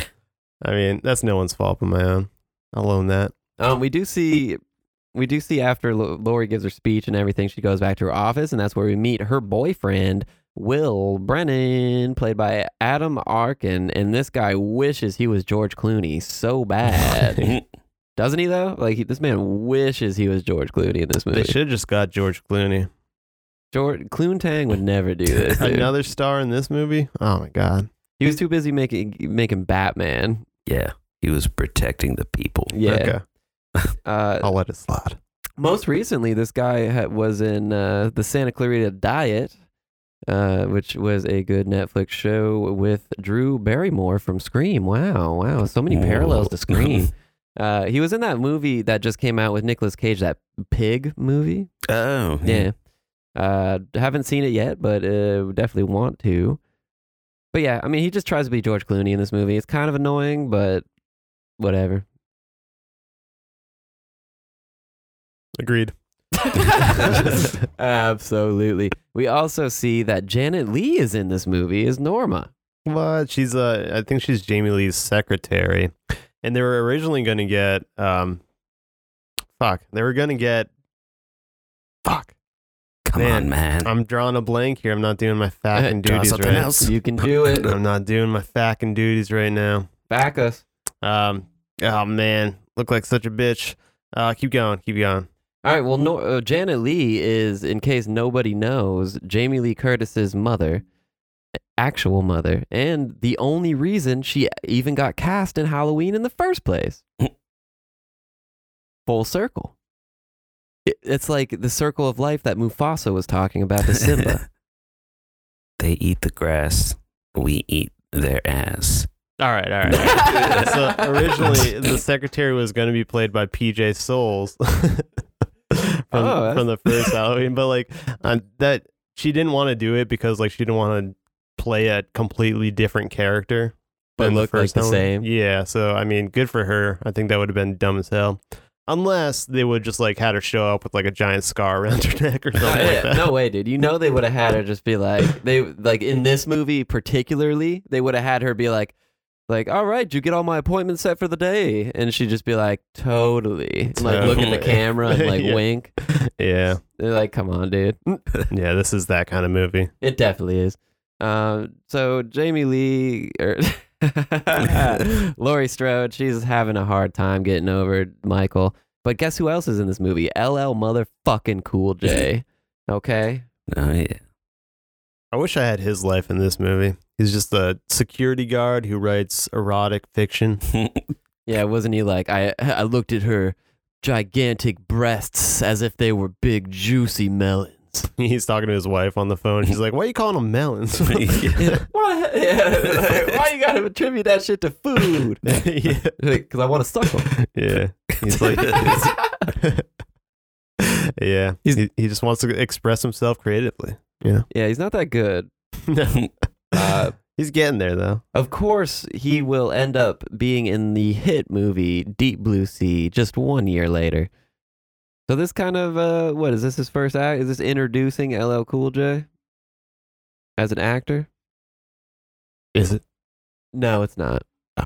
Speaker 3: I mean, that's no one's fault but my own. I'll own that.
Speaker 2: Um, we do see, we do see after Lo- Lori gives her speech and everything, she goes back to her office, and that's where we meet her boyfriend, Will Brennan, played by Adam Arkin. And this guy wishes he was George Clooney so
Speaker 3: <laughs>
Speaker 2: bad, doesn't he? Though, like he, this man wishes he was George Clooney in this
Speaker 3: They
Speaker 2: movie.
Speaker 3: should have just got George Clooney.
Speaker 2: George Cloontang would never do this. dude.
Speaker 3: <laughs> Another star in this movie? Oh my god.
Speaker 2: he was too busy making making Batman.
Speaker 1: yeah, he was protecting the people.
Speaker 2: Yeah.
Speaker 3: Okay.
Speaker 2: Uh,
Speaker 3: I'll let it slide.
Speaker 2: Most recently, this guy ha- was in uh, the Santa Clarita Diet, uh, which was a good Netflix show with Drew Barrymore from Scream. Wow, wow, so many parallels to Scream. Uh, he was in that movie that just came out with Nicolas Cage, that pig movie.
Speaker 1: oh,
Speaker 2: Yeah, uh, haven't seen it yet, but uh, would definitely want to. But yeah, I mean, he just tries to be George Clooney in this movie. It's kind of annoying, but whatever.
Speaker 3: <laughs>
Speaker 1: <laughs>
Speaker 3: Agreed.
Speaker 2: Absolutely. We also see that Janet Lee is in this movie as Norma.
Speaker 3: What? She's uh I think she's Jamie Lee's secretary. And they were originally gonna get um fuck. They were gonna get fuck.
Speaker 1: Come
Speaker 3: Man,
Speaker 1: on, man.
Speaker 3: I'm drawing a blank here. I'm not doing my fucking
Speaker 1: Draw
Speaker 3: duties
Speaker 1: something
Speaker 3: right.
Speaker 1: else.
Speaker 2: You can do it.
Speaker 3: I'm not doing my fucking duties right now.
Speaker 2: Back us.
Speaker 3: Um oh man. Look like such a bitch. Uh keep going, keep going.
Speaker 2: All right. Well, Nor- uh, Janet Lee is, in case nobody knows, Jamie Lee Curtis's mother, actual mother, and the only reason she even got cast in Halloween in the first
Speaker 1: <laughs>
Speaker 2: place. Full circle. It- It's like the circle of life that Mufasa was talking about to Simba.
Speaker 1: <laughs> they eat the grass. We eat their ass.
Speaker 3: All right,
Speaker 2: <laughs>
Speaker 3: all right. so <laughs> originally, the secretary was going to be played by PJ Souls <laughs> from,
Speaker 2: Oh,
Speaker 3: from the first Halloween, but like uh, that, she didn't want to do it because like she didn't want to play a completely different character.
Speaker 2: But
Speaker 3: than
Speaker 2: look like the
Speaker 3: Halloween.
Speaker 2: same.
Speaker 3: Yeah, so I mean, good for her. I think that would have been dumb as hell, unless they would just like had her show up with like a giant scar <laughs> around her neck or something like
Speaker 2: <laughs> Yeah,
Speaker 3: that.
Speaker 2: no way, dude. You know they would have had her just be like they like in this movie particularly, they would have had her be like like, all right, you get all my appointments set for the day, and she'd just be like, totally, and, like look at the
Speaker 3: Totally. <laughs>
Speaker 2: camera and like
Speaker 3: Yeah.
Speaker 2: wink.
Speaker 3: Yeah,
Speaker 2: They're like, come on, dude. Mm,
Speaker 3: yeah, this is that kind of movie.
Speaker 2: It definitely is. Um, so Jamie Lee or <laughs> Laurie Strode, she's having a hard time getting over Michael. But guess who else is in this movie? LL motherfucking Cool
Speaker 3: <laughs>
Speaker 2: J. Okay,
Speaker 1: Oh yeah.
Speaker 3: I wish I had his life in this movie. He's just a security guard who writes erotic fiction. <laughs>
Speaker 2: Yeah, wasn't he like I <laughs> I looked at her gigantic breasts as if they were big juicy melons. <laughs>
Speaker 3: He's talking to his wife on the phone. She's like, "Why are you calling them melons?" <laughs>
Speaker 1: Yeah.
Speaker 2: Why, <laughs> why you gotta attribute that shit to <laughs> food?
Speaker 3: yeah,
Speaker 2: Because I want to suck them.
Speaker 3: yeah. He's like, <laughs> yeah. He, he just wants to express himself creatively.
Speaker 2: Yeah, he's not that good.
Speaker 3: No.
Speaker 2: Uh,
Speaker 3: <laughs> he's getting there though.
Speaker 2: Of course, he will end up being in the hit movie Deep Blue Sea just one year later. So this kind of uh, what is this his first act? Is this introducing LL Cool J as an actor?
Speaker 3: Is it?
Speaker 2: No, it's not. <laughs>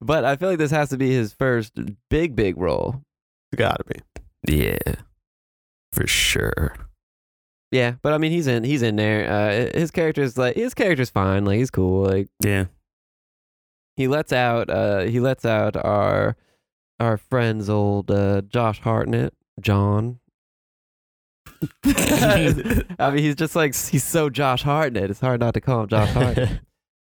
Speaker 2: but I feel like this has to be his first big, big role.
Speaker 3: It's gotta be.
Speaker 1: <laughs> yeah. For sure.
Speaker 2: Yeah, but I mean, he's in. He's in there. Uh, his character's like his character's fine. Like he's cool. Like
Speaker 1: <laughs> Yeah.
Speaker 2: he lets out. Uh, he lets out our our friend's old uh, Josh Hartnett, John.
Speaker 1: <laughs>
Speaker 2: I mean, he's just like he's so Josh Hartnett. It's hard not to call him Josh Hartnett.
Speaker 1: <laughs>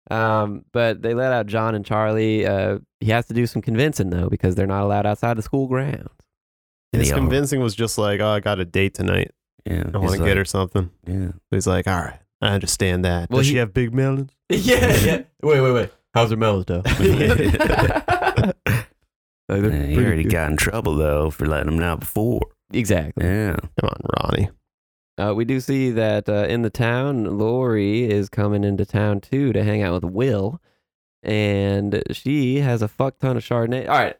Speaker 2: Um, but they let out John and Charlie. Uh, he has to do some convincing though because they're not allowed outside the
Speaker 1: <laughs>
Speaker 2: school grounds.
Speaker 3: <laughs> His
Speaker 1: Yeah.
Speaker 3: convincing was just like, "Oh, I got a date tonight.
Speaker 1: Yeah.
Speaker 3: I want to
Speaker 1: he's
Speaker 3: get
Speaker 1: like-
Speaker 3: her something."
Speaker 1: Yeah.
Speaker 3: He's like, "All right, I understand that.
Speaker 2: Well,
Speaker 3: Does
Speaker 2: he-
Speaker 3: she have big melons?"
Speaker 2: <laughs>
Speaker 1: <laughs>
Speaker 2: yeah, yeah. Wait, wait, wait. How's her melons though? Like, they're
Speaker 1: Yeah, he
Speaker 2: pretty
Speaker 1: already
Speaker 2: good.
Speaker 1: got in trouble though for letting him out before.
Speaker 2: exactly.
Speaker 1: Yeah.
Speaker 3: Come on, Ronnie.
Speaker 2: Uh, we do see that uh, in the town, Lori is coming into town too to hang out with Will, and she has a fuck ton of Chardonnay. All right,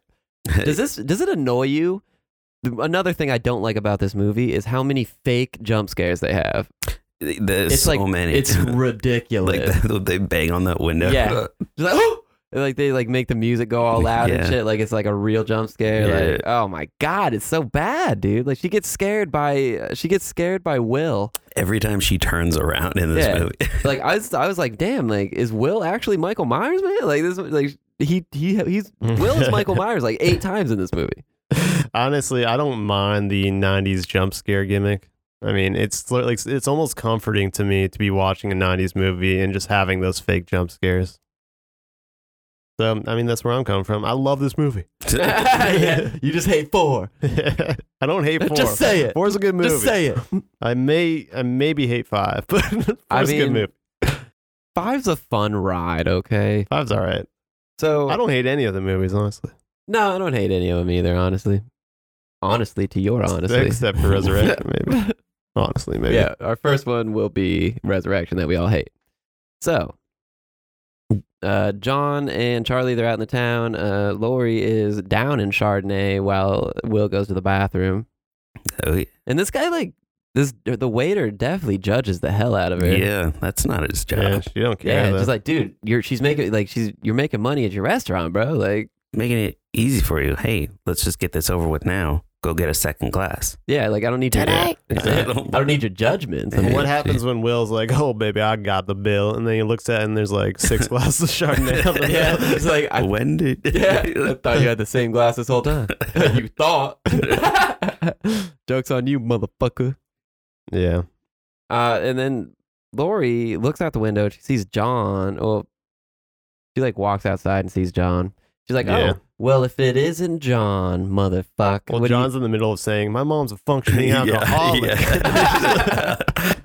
Speaker 2: does this does it annoy you? The- Another thing I don't like about this movie is how many fake jump scares they have.
Speaker 1: <laughs> There's
Speaker 2: it's
Speaker 1: so
Speaker 2: like
Speaker 1: many. <laughs>
Speaker 2: it's
Speaker 1: like
Speaker 2: ridiculous.
Speaker 1: that, <laughs> they bang on that window.
Speaker 2: Yeah. Just like, "Oh!" And, like, they like make the music go all loud and
Speaker 1: Yeah.
Speaker 2: shit. Like it's like a real jump scare.
Speaker 1: Yeah.
Speaker 2: Like oh my god, it's so bad, dude. Like she gets scared by uh, she gets scared by Will.
Speaker 1: <laughs> Every time she turns around in this
Speaker 2: Yeah.
Speaker 1: movie.
Speaker 2: <laughs>
Speaker 1: <laughs>
Speaker 2: like I was, I was like, damn, like is Will actually Michael Myers, man? Like this, like he he <laughs> he's Will is Michael Myers like eight times in this <laughs> movie.
Speaker 3: Honestly, I don't mind the '90s jump scare gimmick. I mean, it's li- like it's almost comforting to me to be watching a '90s movie and just having those fake jump scares. So, I mean, that's where I'm coming from. I love this movie. <laughs>
Speaker 1: <laughs>
Speaker 2: you just hate four.
Speaker 3: I don't hate four.
Speaker 2: say it.
Speaker 3: Four's a good movie.
Speaker 2: it.
Speaker 3: I may, I maybe hate five, <laughs> but four's
Speaker 2: I
Speaker 3: a good
Speaker 2: mean-
Speaker 3: movie.
Speaker 2: Five's a fun ride, okay.
Speaker 3: Five's all right.
Speaker 2: So
Speaker 3: I don't hate any of the movies, honestly,
Speaker 2: no, I don't hate any of them either, honestly. Honestly, to your honestly.
Speaker 3: except
Speaker 2: <laughs>
Speaker 3: for Resurrection. Maybe, honestly, maybe.
Speaker 2: Yeah, our first one will be Resurrection that we all hate. So, uh, John and Charlie, they're out in the town. Uh, Lori is down in Chardonnay while Will goes to the bathroom.
Speaker 1: Oh, yeah.
Speaker 2: And this guy, like, this the waiter definitely judges the hell out of her.
Speaker 1: yeah, that's not his job.
Speaker 3: Yeah, she don't care.
Speaker 2: Yeah,
Speaker 3: though.
Speaker 2: just like, dude, you're she's making like she's you're making money at your restaurant, bro. Like,
Speaker 1: Making it easy for you. Hey, let's just get this over with now. Go get a second glass.
Speaker 2: yeah, like I don't need your
Speaker 3: Yeah.
Speaker 2: I don't need your judgments. I
Speaker 3: But
Speaker 2: mean, <laughs>
Speaker 3: what happens when Will's like, "Oh, baby, I got the bill," and then he looks at it and there's like <laughs> six glasses of Chardonnay. on the
Speaker 2: yeah,
Speaker 3: bill.
Speaker 2: it's like I
Speaker 1: when did <laughs>
Speaker 2: <laughs> Yeah, I thought you had the same glass this whole time. <laughs> you thought. <laughs> Joke's on you, motherfucker.
Speaker 3: <laughs> yeah.
Speaker 2: Uh, and then Lori looks out the window. and She sees John. Well, she like walks outside and sees John. She's like,
Speaker 3: Yeah.
Speaker 2: "Oh, well, if it isn't John, motherfucker."
Speaker 3: Well,
Speaker 2: what do you-
Speaker 3: John's in the middle of saying, "My mom's a <laughs>
Speaker 1: <laughs>
Speaker 3: functioning
Speaker 1: Yeah,
Speaker 2: <laughs>
Speaker 3: alcoholic." <laughs>
Speaker 1: yeah.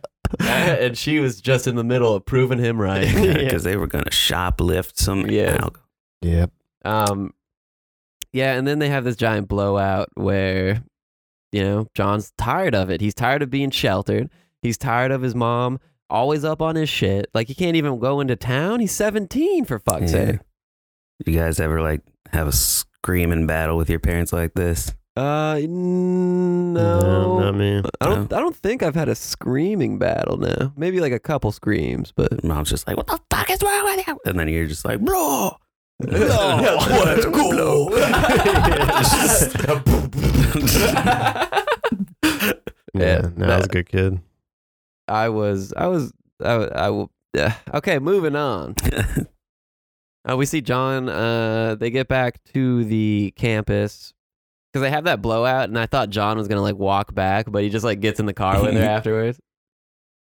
Speaker 2: <laughs>
Speaker 1: <laughs>
Speaker 2: and she was just in the middle of proving him <laughs> right.
Speaker 1: Yeah, because they were gonna shoplift some
Speaker 2: Yeah.
Speaker 1: alcohol.
Speaker 3: Yep.
Speaker 2: Um, yeah, and then they have this giant blowout where, you know, John's tired of it. He's tired of being sheltered. He's tired of his mom always up on his shit. Like he can't even go into town. He's seventeen for fuck's
Speaker 1: Yeah.
Speaker 2: sake.
Speaker 1: You guys ever like have a screaming battle with your parents like this?
Speaker 2: Uh, no,
Speaker 3: No, not <laughs> me.
Speaker 2: I don't. I don't think I've had a screaming battle now. Maybe like a couple screams,
Speaker 1: <laughs>
Speaker 2: but
Speaker 1: Your mom's just like, "What the fuck is wrong with you?" And then you're just like, "Bro, <laughs>
Speaker 2: no, <laughs> let's go. <laughs>
Speaker 3: Yeah,
Speaker 2: Yeah,
Speaker 3: no, I was a good kid.
Speaker 2: I was, I was, I, wa- I will. yeah. okay, moving on. Uh, we see John. Uh, they get back to the campus because they have that blowout, and I thought John was gonna like walk back, but he just like gets in the car <laughs> with her afterwards.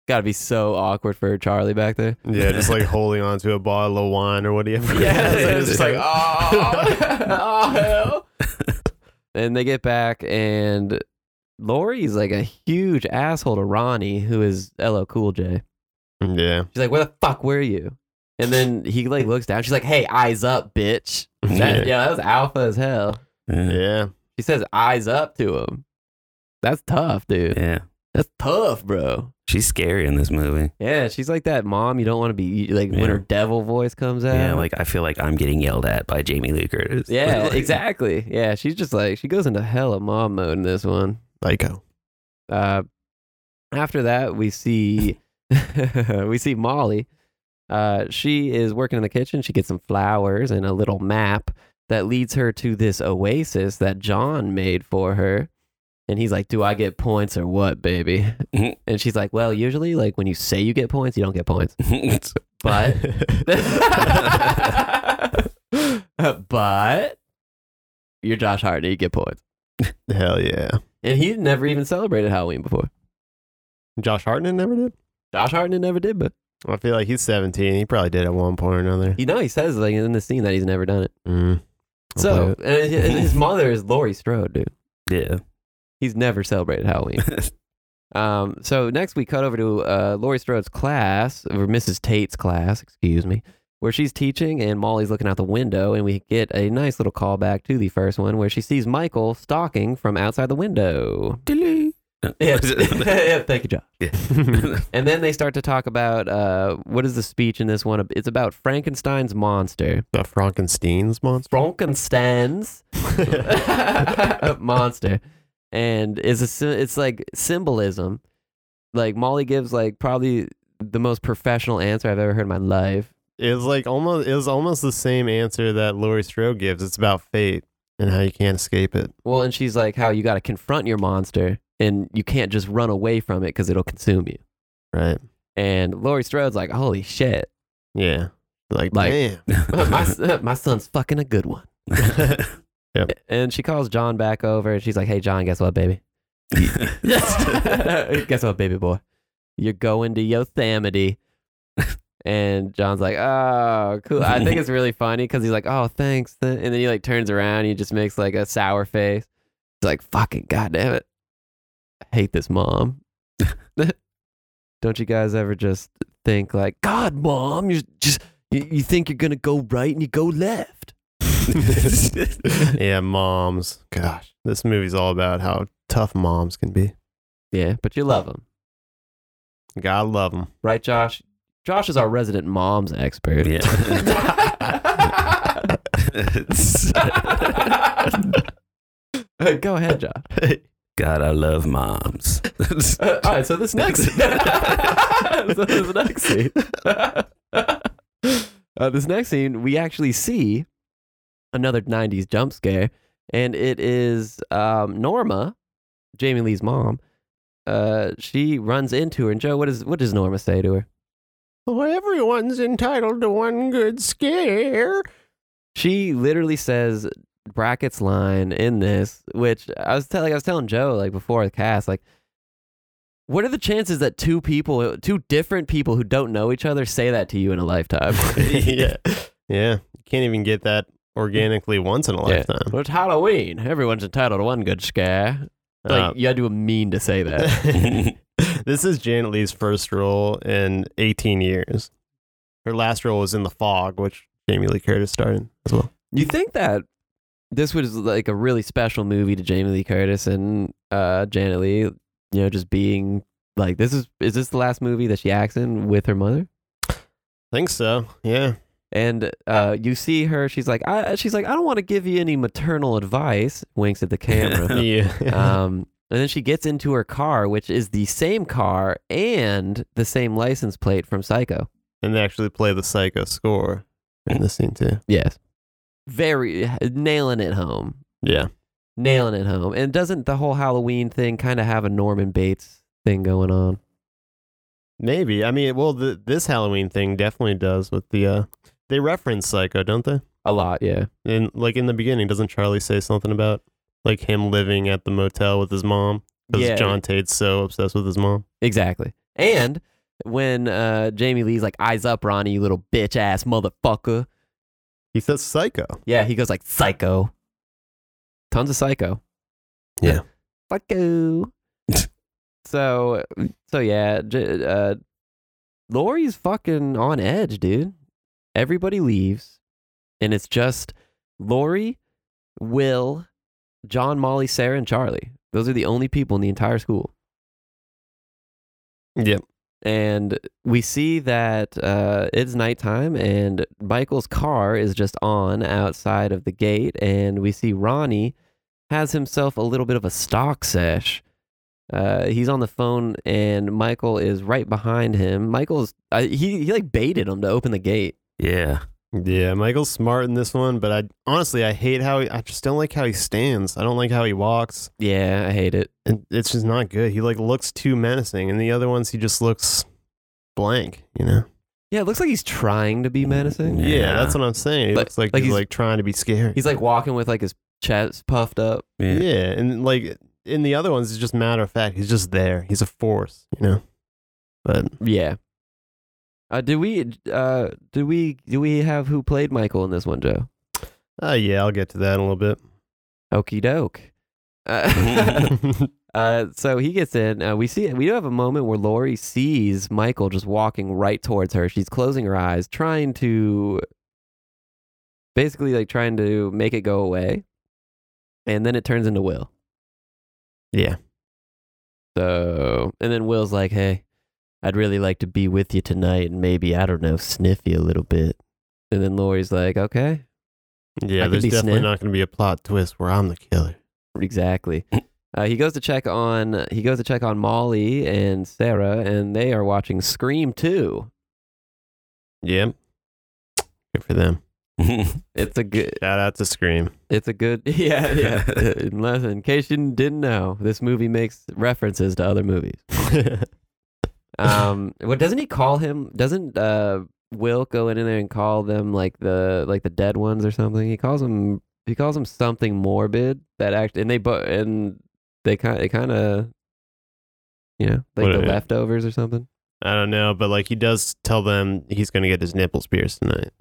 Speaker 2: Got to be so awkward for Charlie back <laughs> there.
Speaker 3: Yeah, just like holding on to a bottle of wine or <laughs> whatever.
Speaker 2: it's just <laughs> like, oh, oh hell. <laughs> and they get back, and Lori's like a huge asshole to Ronnie, who is LL Cool J.
Speaker 3: yeah.
Speaker 2: She's like, "Where the fuck were you?" And then he like looks down. She's like, "Hey, eyes
Speaker 1: <laughs>
Speaker 2: up, bitch." That, yeah.
Speaker 3: Yeah.
Speaker 2: that was alpha as hell.
Speaker 3: Yeah.
Speaker 2: She says, "Eyes up" to him. That's tough, dude.
Speaker 1: yeah."
Speaker 2: That's tough, bro.
Speaker 1: She's scary in this movie.
Speaker 2: Yeah, she's like that mom you don't want to be like
Speaker 1: Yeah.
Speaker 2: when her devil voice comes out.
Speaker 1: yeah, like I feel like I'm getting yelled at by Jamie Lee Curtis. <laughs>
Speaker 2: Yeah,
Speaker 1: Like,
Speaker 2: exactly. Yeah, she's just like she goes into hella mom mode in this one.
Speaker 3: Psycho.
Speaker 2: Uh, after that, we see <laughs> we see Molly. Uh, she is working in the kitchen. She gets some flowers and a little map that leads her to this oasis that John made for her. And he's like, "Do I get points or what, baby?" <laughs> and she's like, "Well, usually, like when you say you get points, you don't
Speaker 1: <laughs>
Speaker 2: get points, <laughs>
Speaker 1: it's-
Speaker 2: but." but you're Josh Hartnett, you get points.
Speaker 3: <laughs> Hell yeah.
Speaker 2: And he never even celebrated Halloween before.
Speaker 3: Josh Hartnett never did.
Speaker 2: Josh Hartnett never did, but
Speaker 3: I feel like he's 17. He probably did at one point or another.
Speaker 2: you know he says like in the scene that he's never done it.
Speaker 3: Mm. I'll
Speaker 2: so
Speaker 3: believe
Speaker 2: and his, and <laughs> his mother is Laurie Strode, dude.
Speaker 1: yeah.
Speaker 2: He's never celebrated <laughs> Halloween. um, so next we cut over to uh, Laurie Strode's class, or Mrs. Tate's class, excuse me, where she's teaching and Molly's looking out the window, and we get a nice little callback to the first one where she sees Michael stalking from outside the <laughs> window. Yeah, yeah, thank you, John. <laughs> And then they start to talk about uh, what is the speech in this one? It's about Frankenstein's monster.
Speaker 3: The Frankenstein's monster.
Speaker 2: Frankenstein's <laughs> monster, and is a sy- it's like symbolism. Like Molly gives like probably the most professional answer I've ever heard in my life.
Speaker 3: <laughs> It's like almost it was almost the same answer that Laurie Strode gives. It's about fate and how you can't escape it.
Speaker 2: Well, and she's like, how you got to confront your monster, and you can't just run away from it because it'll consume you.
Speaker 3: Right.
Speaker 2: And Laurie Strode's like, holy shit, <laughs>
Speaker 3: Yeah. Like,
Speaker 2: Like-
Speaker 3: damn.
Speaker 2: <laughs> my s- my son's fucking a good one. And she calls John back over, and she's like, hey John, guess what, baby? <laughs> Guess what, baby boy? You're going to Yosemite. and John's like, oh, cool. I think it's really funny because he's like, oh, thanks. th-" And then he like turns around and he just makes like a sour face. He's like, fucking goddamn it. I hate this mom. <laughs> Don't you guys ever just think like, God, mom, you just, you, you think you're going to go right and you go left.
Speaker 3: yeah, moms. Gosh. This movie's all about how tough moms can be.
Speaker 2: Yeah, but you love them.
Speaker 3: God love
Speaker 2: <laughs>
Speaker 3: them.
Speaker 2: Right, Josh? Josh is our resident mom's expert. Uh, <laughs> Go ahead, John.
Speaker 1: <laughs> God, I love moms. <laughs>
Speaker 2: Uh, all right, so this next, <laughs> so this next scene, <laughs> uh, this next scene, we actually see another '90s jump scare, and it is um, Norma, Jamie Lee's mom. Uh, she runs into her, and Joe, what is what does Norma say to her?
Speaker 3: Well, everyone's entitled to one good scare.
Speaker 2: She literally says brackets line in this, which I was telling I was telling Joe like before the cast, like what are the chances that two people two different people who don't know each other say that to you in a lifetime?
Speaker 3: <laughs>
Speaker 2: <laughs>
Speaker 3: yeah. Yeah. You can't even get that organically once in a
Speaker 2: Yeah.
Speaker 3: lifetime.
Speaker 2: Well, it's Halloween. Everyone's entitled to one good scare.
Speaker 3: Uh,
Speaker 2: Like you had to mean to say that.
Speaker 3: Um, <laughs> this is Janet Lee's first role in 18 years. Her last role was in The Fog, which Jamie Lee Curtis starred in as well.
Speaker 2: <laughs> you think that this was like a really special movie to Jamie Lee Curtis and uh, Janet Lee, you know, just being like this is is this the last movie that she acts in with her mother?
Speaker 3: think so. Yeah.
Speaker 2: And uh, you see her. She's like, I, she's like, I don't want to give you any maternal advice. Winks at the <laughs> camera.
Speaker 3: <laughs> Yeah. Uh,
Speaker 2: um, and then she gets into her car, which is the same car and the same license plate from Psycho.
Speaker 3: and they actually play the psycho score in this scene too.
Speaker 2: Yes, very eh, nailing it home,
Speaker 3: Yeah.
Speaker 2: nailing it home. And doesn't the whole Halloween thing kind of have a Norman Bates thing going on?
Speaker 3: Maybe. I mean, well, the, this Halloween thing definitely does with the. uh They reference Psycho, don't they?
Speaker 2: A lot, yeah.
Speaker 3: And like in the beginning, doesn't Charlie say something about like him living at the motel with his mom? Because
Speaker 2: Yeah.
Speaker 3: John Tate's so obsessed with his mom.
Speaker 2: Exactly. And when uh, Jamie Lee's like, "Eyes up, Ronnie, you little bitch ass motherfucker."
Speaker 3: He says Psycho.
Speaker 2: Yeah, he goes like psycho. Tons of psycho.
Speaker 3: Yeah.
Speaker 2: <laughs> Psycho. so, so yeah, J- uh, Lori's fucking on edge, dude. Everybody leaves, and it's just Lori, Will, John, Molly, Sarah, and Charlie. Those are the only people in the entire school.
Speaker 3: Yep.
Speaker 2: And we see that uh, it's nighttime, and Michael's car is just on outside of the gate. And we see Ronnie has himself a little bit of a stock sesh. Uh, he's on the phone, and Michael is right behind him. Michael's uh, he he like baited him to open the gate.
Speaker 1: yeah.
Speaker 3: Yeah, Michael's smart in this one, but I honestly I hate how he, I just don't like how he stands. I don't like how he walks.
Speaker 2: Yeah, I hate it.
Speaker 3: And it's just not good. He like looks too menacing, and the other ones he just looks blank. You know.
Speaker 2: Yeah, it looks like he's trying to be menacing.
Speaker 1: Yeah.
Speaker 3: Yeah, that's what I'm saying. It
Speaker 2: Like-
Speaker 3: looks like,
Speaker 2: like
Speaker 3: he's,
Speaker 2: he's-
Speaker 3: like trying to be scary.
Speaker 2: He's like walking with like his chest puffed up.
Speaker 3: yeah.
Speaker 1: Yeah.
Speaker 3: and like in the other ones, it's just matter of fact. He's just there. He's a force, you know. But
Speaker 2: Yeah. Uh, did we uh did we do we have who played Michael in this one, Joe? <laughs>
Speaker 3: uh, <laughs> yeah, I'll get to that in a little bit. <laughs>
Speaker 2: Okie doke. Uh, <laughs> Uh, so he gets in. Uh, we see we do have a moment where Lori sees Michael just walking right towards her. She's closing her eyes, trying to basically like trying to make it go away, and then it turns into Will.
Speaker 3: Yeah.
Speaker 2: So and then Will's like, "Hey, I'd really like to be with you tonight, and maybe I don't know, sniff you a little bit." And then Lori's like, "Okay, I
Speaker 3: Yeah,
Speaker 2: could
Speaker 3: there's
Speaker 2: be
Speaker 3: definitely
Speaker 2: Snip.
Speaker 3: not going to be a plot twist where I'm the killer.
Speaker 2: Exactly. Uh, he goes to check on he goes to check on Molly and Sarah, and they are watching Scream Two.
Speaker 3: Yep. Good for them.
Speaker 1: <laughs>
Speaker 2: It's a good.
Speaker 3: Shout out to Scream. <laughs>
Speaker 2: It's a good. <laughs> Yeah, yeah. Unless, in case you didn't know, this movie makes references to other movies.
Speaker 3: <laughs>
Speaker 2: Um, what doesn't he call him? Doesn't uh Will go in there and call them like the like the dead ones or something? He calls them he calls them something morbid that act and they but and they kind it kind of you know like
Speaker 3: What
Speaker 2: the
Speaker 3: a-
Speaker 2: leftovers or something.
Speaker 3: I don't know, but like he does tell them he's going to get his nipples pierced tonight.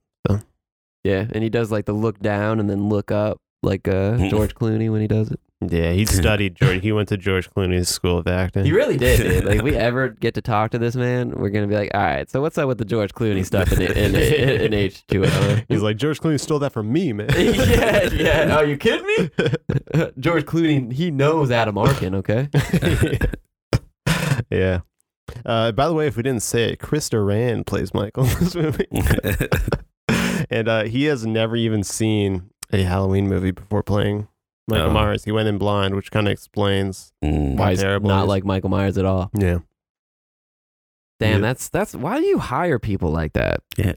Speaker 2: Yeah, and he does like the look down and then look up, like
Speaker 3: <laughs>
Speaker 2: uh, George Clooney when he does it.
Speaker 3: Yeah, <laughs> he studied George. He went to George Clooney's School of Acting.
Speaker 2: He really did, dude. Like, if <laughs> we
Speaker 1: Yeah.
Speaker 2: ever get to talk to this man, we're gonna be like, all right, so what's up with the George Clooney stuff in in, <laughs> in, in H two O?
Speaker 3: <laughs> He's like George Clooney stole that from me, man.
Speaker 2: <laughs> yeah, yeah. Are you kidding me? <laughs> George Clooney, he knows Adam Arkin. Okay.
Speaker 3: <laughs>
Speaker 1: <laughs>
Speaker 3: yeah. Uh, by the way, if we didn't say it, Chris Duran plays Michael in this movie, <laughs> and uh, he has never even seen a Halloween movie before playing Michael
Speaker 1: Oh.
Speaker 3: Myers. He went in blind, which kind of explains.
Speaker 1: Mm.
Speaker 2: <laughs>
Speaker 3: Why
Speaker 2: Why he's
Speaker 3: terrible
Speaker 2: not
Speaker 3: is-
Speaker 2: like Michael Myers at all?
Speaker 3: Yeah,
Speaker 2: Damn,
Speaker 3: Yeah.
Speaker 2: that's that's why do you hire people like that?
Speaker 1: Yeah.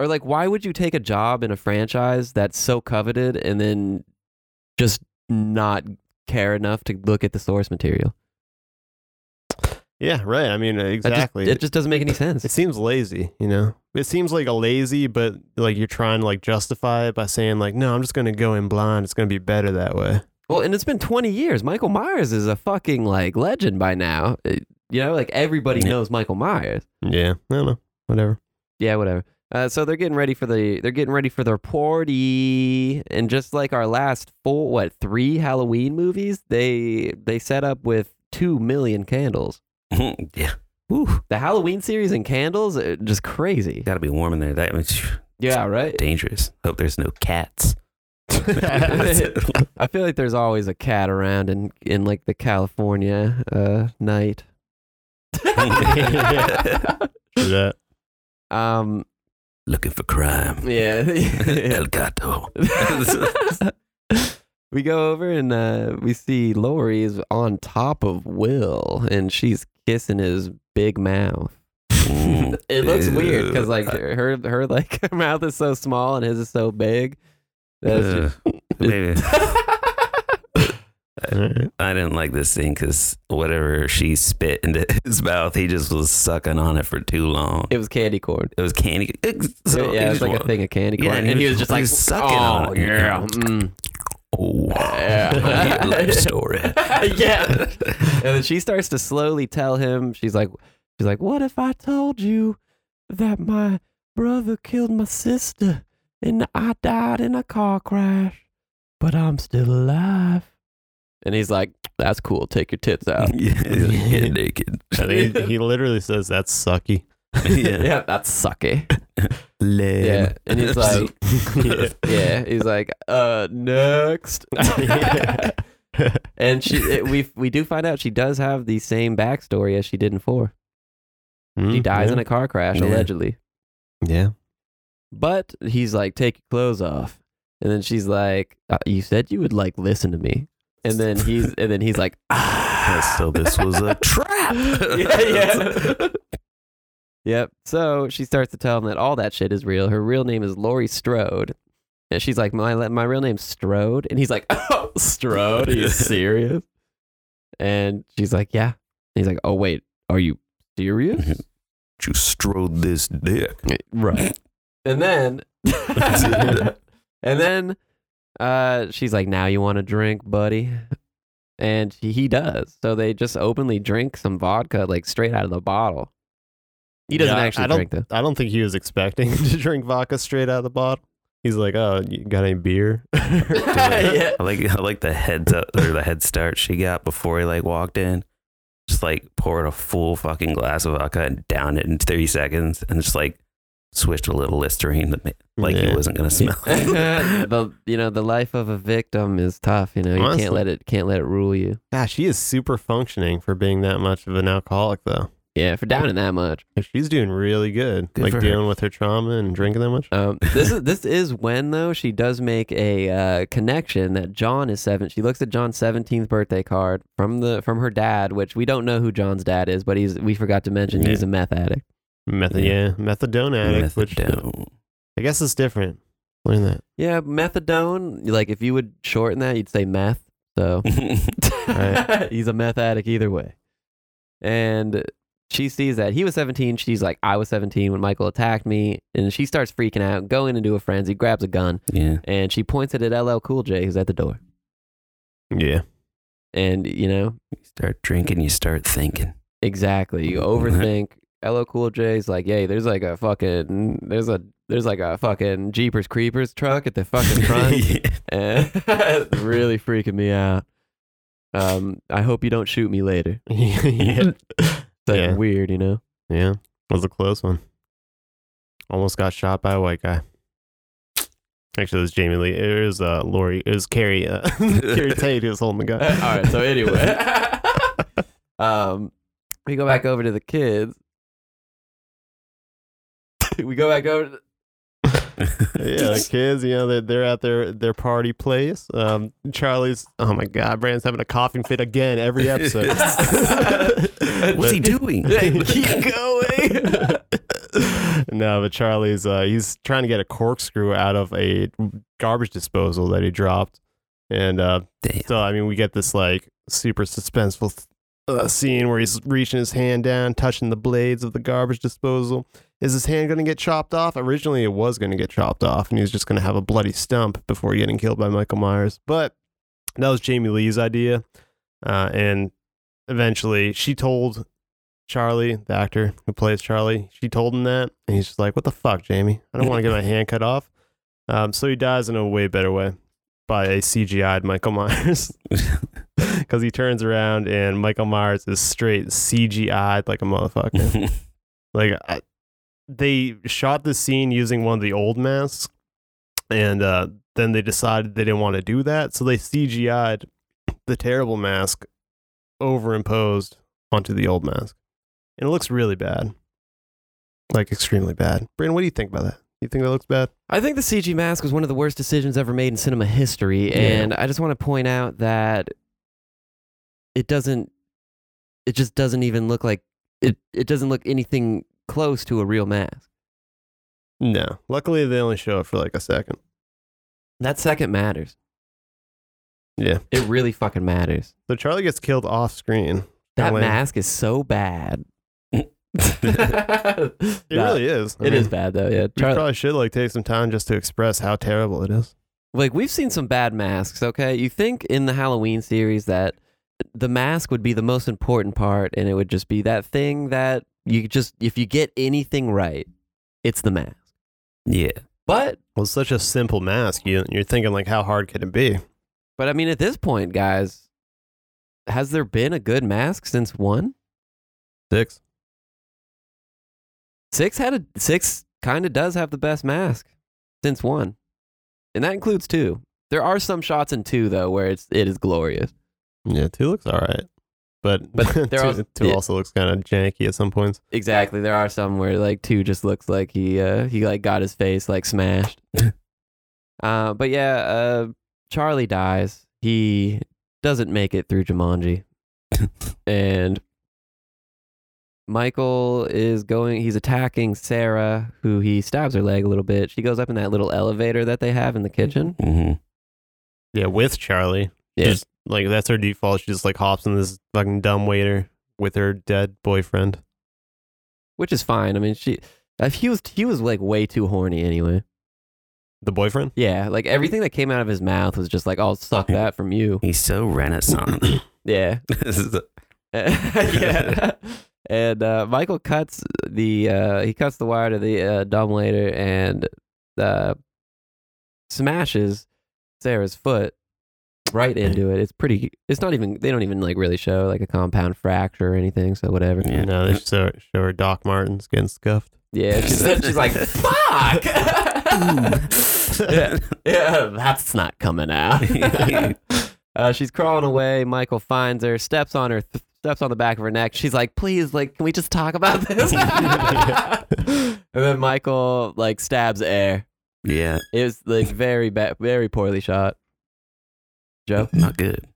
Speaker 2: Or like, why would you take a job in a franchise that's so coveted and then just not care enough to look at the source material?
Speaker 3: yeah, right. I mean, uh,
Speaker 2: That just-
Speaker 3: exactly.
Speaker 2: it just doesn't make any sense.
Speaker 3: It seems lazy, you know. It seems like a lazy, but like you're trying to like justify it by saying like, no, I'm just gonna go in blind. It's gonna be better that way.
Speaker 2: Well, and it's been 20 years. Michael Myers is a fucking like legend by now. It- you know, like everybody
Speaker 1: Yeah.
Speaker 2: knows Michael Myers.
Speaker 3: Yeah, I don't know.
Speaker 2: <laughs>
Speaker 3: Whatever.
Speaker 2: Yeah, whatever. Uh, so they're getting ready for the they're getting ready for their party, and just like our last four, what three Halloween movies, they they set up with two million candles.
Speaker 1: yeah. Woo.
Speaker 2: The Halloween series and candles, uh, just crazy.
Speaker 1: Gotta be warm in there. That was
Speaker 2: Yeah, right.
Speaker 1: dangerous. Hope there's no cats.
Speaker 2: <laughs>
Speaker 1: <laughs>
Speaker 2: I feel like there's always a cat around in in like the California uh, <laughs> night. <laughs>
Speaker 3: that.
Speaker 2: um.
Speaker 1: Looking for crime.
Speaker 2: Yeah. <laughs>
Speaker 1: El gato.
Speaker 2: we go over and uh, we see Lori is on top of Will, and she's kissing his big mouth.
Speaker 1: Mm.
Speaker 2: <laughs> It looks weird because
Speaker 1: Ugh.
Speaker 2: like her her like <laughs> her mouth is so small and his is so big. That's just-
Speaker 1: Ugh. <laughs> Maybe.
Speaker 3: Alright.
Speaker 1: I didn't like this scene because whatever she spit into <laughs> his mouth, he just was sucking on it for too long.
Speaker 2: it was candy corn.
Speaker 1: It was candy. So
Speaker 2: yeah,
Speaker 1: he
Speaker 2: it was
Speaker 1: just
Speaker 2: like
Speaker 1: wa-
Speaker 2: a thing of candy corn,
Speaker 1: Yeah,
Speaker 2: and, he was just like
Speaker 1: sucking on
Speaker 2: Oh
Speaker 1: it.
Speaker 2: yeah, mm,
Speaker 1: Oh, <laughs>
Speaker 2: <laughs> Yeah.
Speaker 1: love story.
Speaker 2: <laughs> yeah. <laughs> And then she starts to slowly tell him, she's like, she's like, what if I told you that my brother killed my sister and I died in a car crash, but I'm still alive? And he's like, that's cool. Take your tits out.
Speaker 1: Yeah, he's like, Get naked.
Speaker 3: I think he, he literally says that's sucky.
Speaker 1: <laughs> yeah.
Speaker 2: <laughs> <laughs> yeah, that's sucky.
Speaker 1: Lame.
Speaker 2: Yeah. And he's like,
Speaker 1: Yeah.
Speaker 3: <laughs>
Speaker 2: yeah, he's like, uh, <laughs> next. and
Speaker 1: <laughs>
Speaker 2: she, it, we we do find out she does have the same backstory as she did in four. He dies in a car crash,
Speaker 1: Hmm, Yeah.
Speaker 2: allegedly.
Speaker 3: Mm, yeah.
Speaker 2: But he's like, take your clothes off. And then she's like, uh, you said you would like listen to me. And then he's and then he's like,
Speaker 1: <laughs>
Speaker 2: ah.
Speaker 1: So this was
Speaker 2: <laughs>
Speaker 1: a trap.
Speaker 2: yeah, <laughs> yeah. yep. So she starts to tell him that all that shit is real. Her real name is Lori Strode. And she's like, my, le- my real name's Strode. And he's like, <laughs> oh, Strode? <laughs> Are you serious? And she's like, yeah. And he's like, oh, wait, are you serious?
Speaker 1: <laughs> You strode this dick.
Speaker 2: Right. And then
Speaker 3: <laughs>
Speaker 2: and then uh she's like, Now you want to drink, buddy? And he- he does. So they just openly drink some vodka like straight out of the bottle. He doesn't
Speaker 3: Yeah, I
Speaker 2: actually
Speaker 3: don't- <laughs>
Speaker 2: drink though.
Speaker 3: I don't think he was expecting to drink vodka straight out of the bottle. He's like, "Oh, you got any beer?"
Speaker 2: <laughs>
Speaker 3: <laughs>
Speaker 2: yeah.
Speaker 1: I like I like the heads up or the head start she got before he like walked in. Just like poured a full fucking glass of vodka and downed it in thirty seconds, and just like swished a little listerine to make, like
Speaker 3: Yeah.
Speaker 1: he wasn't gonna smell.
Speaker 3: <laughs>
Speaker 1: it.
Speaker 2: the you know the life of a victim is tough. You know you
Speaker 3: Honestly.
Speaker 2: can't let it can't let it rule you.
Speaker 3: Gosh, she is super functioning for being that much of an alcoholic, though.
Speaker 2: Yeah, for downing that much.
Speaker 3: Like, she's doing really good,
Speaker 1: Good
Speaker 3: like
Speaker 1: for her.
Speaker 3: dealing with her trauma and drinking that much.
Speaker 2: <laughs> Um, this is this is when though she does make a uh, connection that John is seven. She looks at John's seventeenth birthday card from the from her dad, which we don't know who John's dad is, but he's we forgot to mention
Speaker 1: Yeah.
Speaker 2: he's a meth addict.
Speaker 3: Meth- yeah. methadone addict, which
Speaker 1: Methadone.
Speaker 3: I guess is different. Learn that.
Speaker 2: Yeah, methadone. Like if you would shorten that, you'd say meth. <laughs> So he's a meth addict either way. And she sees that he was 17. She's like, I was 17 when Michael attacked me. And she starts freaking out, going into a frenzy, grabs a gun,
Speaker 1: <laughs> yeah,
Speaker 2: and she points it at LL Cool J, who's at the door.
Speaker 3: Yeah.
Speaker 2: And, you know,
Speaker 1: you start drinking, you start thinking.
Speaker 2: exactly. <laughs> You overthink. LL Cool J's like, yay, there's like a fucking, there's a, there's like a fucking Jeepers Creepers truck at the fucking
Speaker 1: <laughs>
Speaker 2: front. <laughs>
Speaker 1: Yeah.
Speaker 2: and really freaking me out. Um, I hope you don't shoot me later.
Speaker 3: yeah.
Speaker 2: It's like
Speaker 3: Yeah.
Speaker 2: weird, you know.
Speaker 3: Yeah. Was a close one. Almost got shot by a white guy. Actually, it was Jamie Lee. It was uh, Lori. It was Carrie. Uh, <laughs> Carrie Tate who was holding the gun.
Speaker 2: Uh, All right. So anyway, <laughs> um, we go back over to the kids. <laughs> we go back over. To
Speaker 3: yeah, the kids, you know, they're, they're at their, their party place. Um, Charlie's, oh my God, Brandon's having a coughing fit again every episode.
Speaker 1: <laughs> What's
Speaker 3: <laughs>
Speaker 1: he doing?
Speaker 2: keep going.
Speaker 3: no, but Charlie's, uh, he's trying to get a corkscrew out of a garbage disposal that he dropped. And uh,
Speaker 1: Damn.
Speaker 3: So I mean, we get this like super suspenseful th- uh, scene where he's reaching his hand down, touching the blades of the garbage disposal. Is his hand going to get chopped off? Originally, it was going to get chopped off, and he was just going to have a bloody stump before getting killed by Michael Myers. But that was Jamie Lee's idea, uh, and eventually she told Charlie, the actor who plays Charlie, she told him that, and he's just like, "What the fuck, Jamie? I don't want to get my hand cut off." Um, so he dies in a way better way by a CGI'd Michael <laughs> Myers because he turns around and Michael Myers is straight CGI'd like a motherfucker. like I, they shot the scene using one of the old masks, and uh, then they decided they didn't want to do that, so they CGI'd the terrible mask overimposed onto the old mask, and it looks really bad, like extremely bad. Brandon, what do you think about that? You think that looks bad?
Speaker 2: I think the CG mask was one of the worst decisions ever made in cinema history,
Speaker 3: Yeah.
Speaker 2: and I just want to point out that it doesn't. It just doesn't even look like it. It doesn't look anything close to a real mask.
Speaker 3: No. Luckily, they only show it for like a second.
Speaker 2: That second matters.
Speaker 3: Yeah.
Speaker 2: It really fucking matters.
Speaker 3: So Charlie gets killed off screen.
Speaker 2: That
Speaker 3: Kinda lame.
Speaker 2: mask is so bad. it
Speaker 3: <laughs> It really is. I
Speaker 2: It
Speaker 3: mean,
Speaker 2: is bad though. Yeah,
Speaker 3: We
Speaker 2: Charlie,
Speaker 3: probably should like take some time just to express how terrible it is.
Speaker 2: like we've seen some bad masks. Okay, you think in the Halloween series that the mask would be the most important part, and it would just be that thing that you just if you get anything right, it's the mask.
Speaker 1: <laughs> yeah,
Speaker 2: But
Speaker 3: Well, it's such a simple mask. You, you're thinking like, how hard could it be?
Speaker 2: but I mean, at this point, guys, has there been a good mask since one?
Speaker 3: Six.
Speaker 2: Six had a six kind of does have the best mask since one, and that includes two. There are some shots in two though where it's it is glorious.
Speaker 3: Yeah, two looks all right, but
Speaker 2: But
Speaker 3: two, <laughs>
Speaker 2: there are-
Speaker 3: two
Speaker 2: yeah.
Speaker 3: also looks kind of janky at some points.
Speaker 2: Exactly, there are some where like two just looks like he uh, he like got his face like smashed. uh, but yeah, uh, Charlie dies. He doesn't make it through Jumanji, and Michael is going. He's attacking Sarah, who he stabs her leg a little bit. She goes up in that little elevator that they have in the kitchen.
Speaker 1: hmm
Speaker 3: Yeah, with Charlie.
Speaker 2: Yeah.
Speaker 3: Just like that's her default. She just like hops in this fucking dumb waiter with her dead boyfriend.
Speaker 2: which is fine. I mean, she if he was he was like way too horny anyway.
Speaker 3: The boyfriend?
Speaker 2: Yeah, like everything that came out of his mouth was just like, "I'll suck that from you."
Speaker 1: he's so renaissance.
Speaker 2: <clears throat> Yeah,
Speaker 1: This is a-
Speaker 2: <laughs> yeah. And uh, Michael cuts the uh, he cuts the wire to the uh, dumb waiter, and uh, smashes Sarah's foot right into it. It's pretty. It's not even. They don't even like really show like a compound fracture or anything. So whatever.
Speaker 1: Yeah.
Speaker 3: No, they show, show her Doc Martens getting scuffed.
Speaker 2: Yeah, she's, she's like, fuck. <laughs> yeah, yeah, that's not coming out. uh, she's crawling away. Michael finds her, steps on her, th- steps on the back of her neck. She's like, please, like, can we just talk about this? <laughs> and then Michael like stabs air.
Speaker 1: yeah,
Speaker 2: It was like very bad, very poorly shot. Joe,
Speaker 1: not good.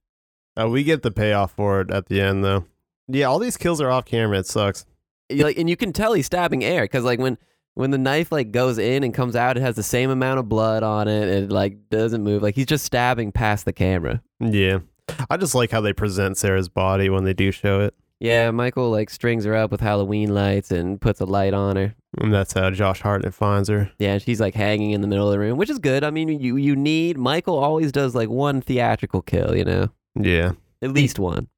Speaker 3: Uh, we get the payoff for it at the end, though. Yeah, all these kills are off camera. It sucks.
Speaker 2: You, like, and you can tell he's stabbing air because like when when the knife like goes in and comes out, it has the same amount of blood on it. It like doesn't move. Like he's just stabbing past the camera.
Speaker 3: Yeah. I just like how they present Sarah's body when they do show it.
Speaker 2: Yeah, Michael like strings her up with Halloween lights and puts a light on her.
Speaker 3: And that's how Josh Hartnett finds her.
Speaker 2: Yeah, and she's like hanging in the middle of the room, which is good. I mean, you you need Michael always does like one theatrical kill, you know,
Speaker 3: Yeah.
Speaker 2: at least one.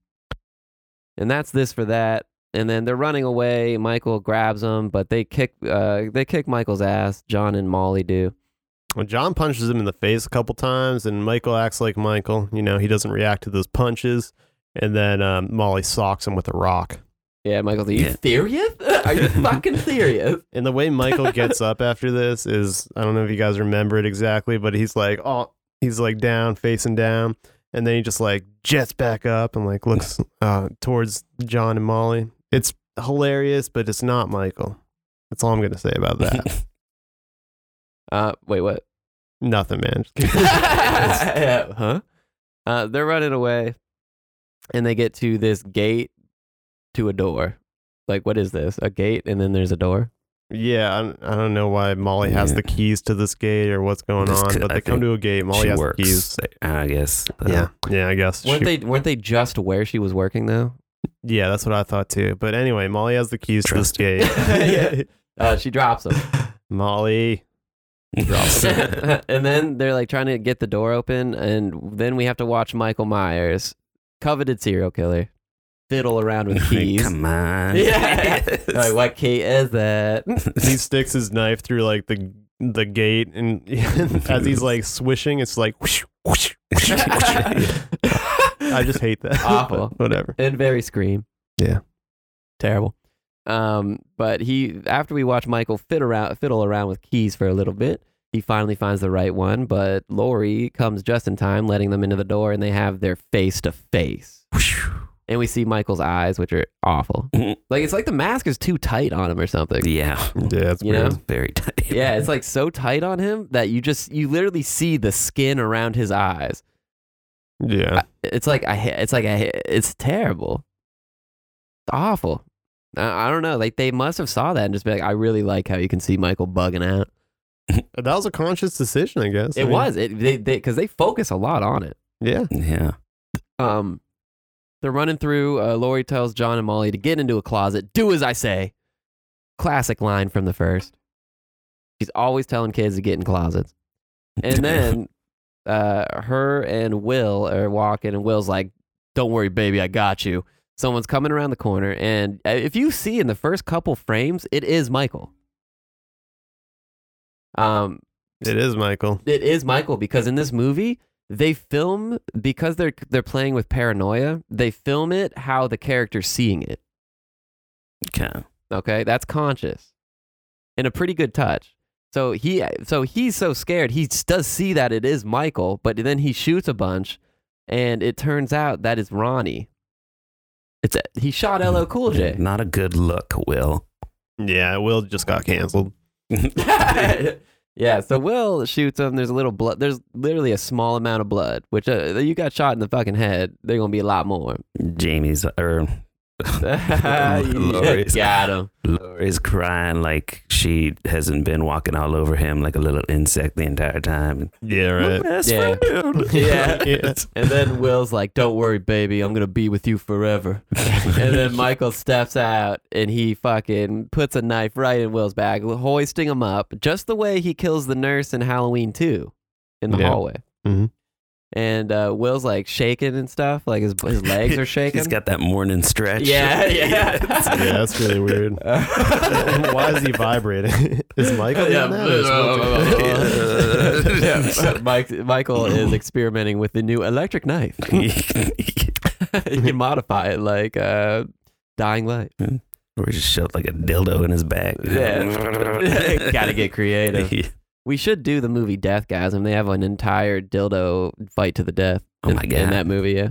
Speaker 2: And that's this for that. And then they're running away. Michael grabs them, but they kick uh, they kick Michael's ass. John and Molly do.
Speaker 3: Well, John punches him in the face a couple times, and Michael acts like Michael. You know, he doesn't react to those punches. And then um, Molly socks him with a rock.
Speaker 2: Yeah, Michael's like, "You <laughs>
Speaker 1: Yeah.
Speaker 2: serious? Are you fucking serious?"
Speaker 3: And the way Michael gets up after this is I don't know if you guys remember it exactly, but he's like, oh, he's like down, facing down. And then he just like jets back up and like looks uh, towards John and Molly. It's hilarious, but it's not Michael. That's all I'm going to say about that.
Speaker 2: Uh, wait, what?
Speaker 3: Nothing, man.
Speaker 2: <laughs>
Speaker 3: Just kidding.
Speaker 2: Yeah, huh? Uh, they're running away, and they get to this gate to a door. Like, what is this? A gate, and then there's a door.
Speaker 3: yeah, I don't- I, don't know why Molly has
Speaker 1: Yeah.
Speaker 3: the keys to this gate or what's going
Speaker 1: Just 'cause
Speaker 3: on, but
Speaker 1: I
Speaker 3: they come
Speaker 1: think
Speaker 3: to a gate. Molly
Speaker 1: she
Speaker 3: has
Speaker 1: works.
Speaker 3: the keys.
Speaker 1: I guess. Uh,
Speaker 3: Yeah, yeah, I guess.
Speaker 2: weren't
Speaker 3: She-
Speaker 2: they? Weren't they just where she was working though?
Speaker 3: yeah, that's what I thought too. But anyway, Molly has the keys to this
Speaker 1: Trust
Speaker 3: gate.
Speaker 1: <laughs>
Speaker 2: Yeah. Uh, she drops them,
Speaker 3: <laughs> Molly,
Speaker 2: <laughs>
Speaker 1: <laughs>
Speaker 2: and then they're like trying to get the door open, and then we have to watch Michael Myers, coveted serial killer, fiddle around with
Speaker 1: <laughs>
Speaker 2: keys.
Speaker 1: Come on.
Speaker 2: Yeah.
Speaker 1: <laughs>
Speaker 2: Like, what key is that? <laughs>
Speaker 3: he sticks his knife through like the the gate, and <laughs> as he's like swishing, it's like. whoosh, whoosh, whoosh, whoosh. I just hate that. <laughs>
Speaker 2: Awful.
Speaker 3: But Whatever.
Speaker 2: and very scream.
Speaker 3: Yeah.
Speaker 2: terrible. Um, but he after we watch Michael fit around, fiddle around with keys for a little bit, he finally finds the right one. But Lori comes just in time, letting them into the door, and they have their face to face. And we see Michael's eyes, which are awful.
Speaker 1: Mhm.
Speaker 2: like it's like the mask is too tight on him or something.
Speaker 1: <laughs> yeah.
Speaker 3: Yeah, it's
Speaker 2: You
Speaker 3: weird.
Speaker 2: know?
Speaker 1: It's very tight.
Speaker 2: Yeah, it's like so tight on him that you just you literally see the skin around his eyes.
Speaker 3: Yeah.
Speaker 2: It's like I ha- it's like I ha- it's terrible. It's awful. I, I don't know. Like they must have saw that and just be like, I really like how you can see Michael bugging out.
Speaker 3: that was a conscious decision, I guess. I
Speaker 2: It
Speaker 3: mean,
Speaker 2: was it they because they, focus a lot on it.
Speaker 3: Yeah.
Speaker 1: Yeah.
Speaker 2: Um, they're running through. Uh, Lori tells John and Molly to get into a closet. Do as I say. Classic line from the first. She's always telling kids to get in closets.
Speaker 1: <laughs>
Speaker 2: And then uh, her and Will are walking, and Will's like, Don't worry, baby, I got you. Someone's coming around the corner. And uh, if you see in the first couple frames, it is Michael. Um,
Speaker 3: It is Michael.
Speaker 2: it is Michael because in this movie they film because they're they're playing with paranoia. They film it how the character's seeing it.
Speaker 1: Okay.
Speaker 2: Okay, that's conscious, and a pretty good touch. So he so he's so scared he s- does see that it is Michael, but then he shoots a bunch, and it turns out that is Ronnie. It's a, he shot LL Cool
Speaker 1: <laughs>
Speaker 2: J. <laughs>
Speaker 1: Not a good look, Will.
Speaker 3: Yeah, Will just got canceled.
Speaker 2: yeah, so Will shoots him. There's a little blood. There's literally a small amount of blood, which uh, you got shot in the fucking head. There's gonna be a lot more.
Speaker 1: <laughs>
Speaker 2: <laughs>
Speaker 1: Jamie's er, or Lori's,
Speaker 2: got him.
Speaker 1: Lori's crying like she hasn't been walking all over him like a little insect the entire time.
Speaker 3: Yeah,
Speaker 1: My
Speaker 2: <laughs>
Speaker 3: right.
Speaker 1: best
Speaker 2: Yeah.
Speaker 1: friend, <laughs> dude.
Speaker 3: <laughs>
Speaker 2: Yeah.
Speaker 3: Yeah.
Speaker 2: And then Will's like, "Don't worry, baby. I'm gonna be with you forever." and then Michael steps out and he fucking puts a knife right in Will's back, hoisting him up, just the way he kills the nurse in Halloween 2 in the
Speaker 3: Yeah.
Speaker 2: hallway.
Speaker 3: Mhm.
Speaker 2: and uh, Will's like shaking and stuff, like his his legs are shaking.
Speaker 1: He's <laughs> got that morning stretch. <laughs>
Speaker 2: yeah, yeah.
Speaker 3: <laughs> Yeah, that's really weird. Why <laughs> is he vibrating? is Michael
Speaker 2: Yeah,
Speaker 3: doing that? or is Michael- <laughs>
Speaker 2: Yeah, Mike, Michael is experimenting with the new electric knife. <laughs> you can modify it like uh, dying light.
Speaker 1: or he just shoved like a dildo in his back. <laughs>
Speaker 2: Yeah. <laughs> Gotta get creative.
Speaker 1: Yeah.
Speaker 2: We should do the movie Death Guys, and they have an entire dildo fight to the death.
Speaker 1: <laughs> Oh
Speaker 2: in-
Speaker 1: my
Speaker 2: In
Speaker 1: God.
Speaker 2: that
Speaker 1: <laughs>
Speaker 2: movie, yeah,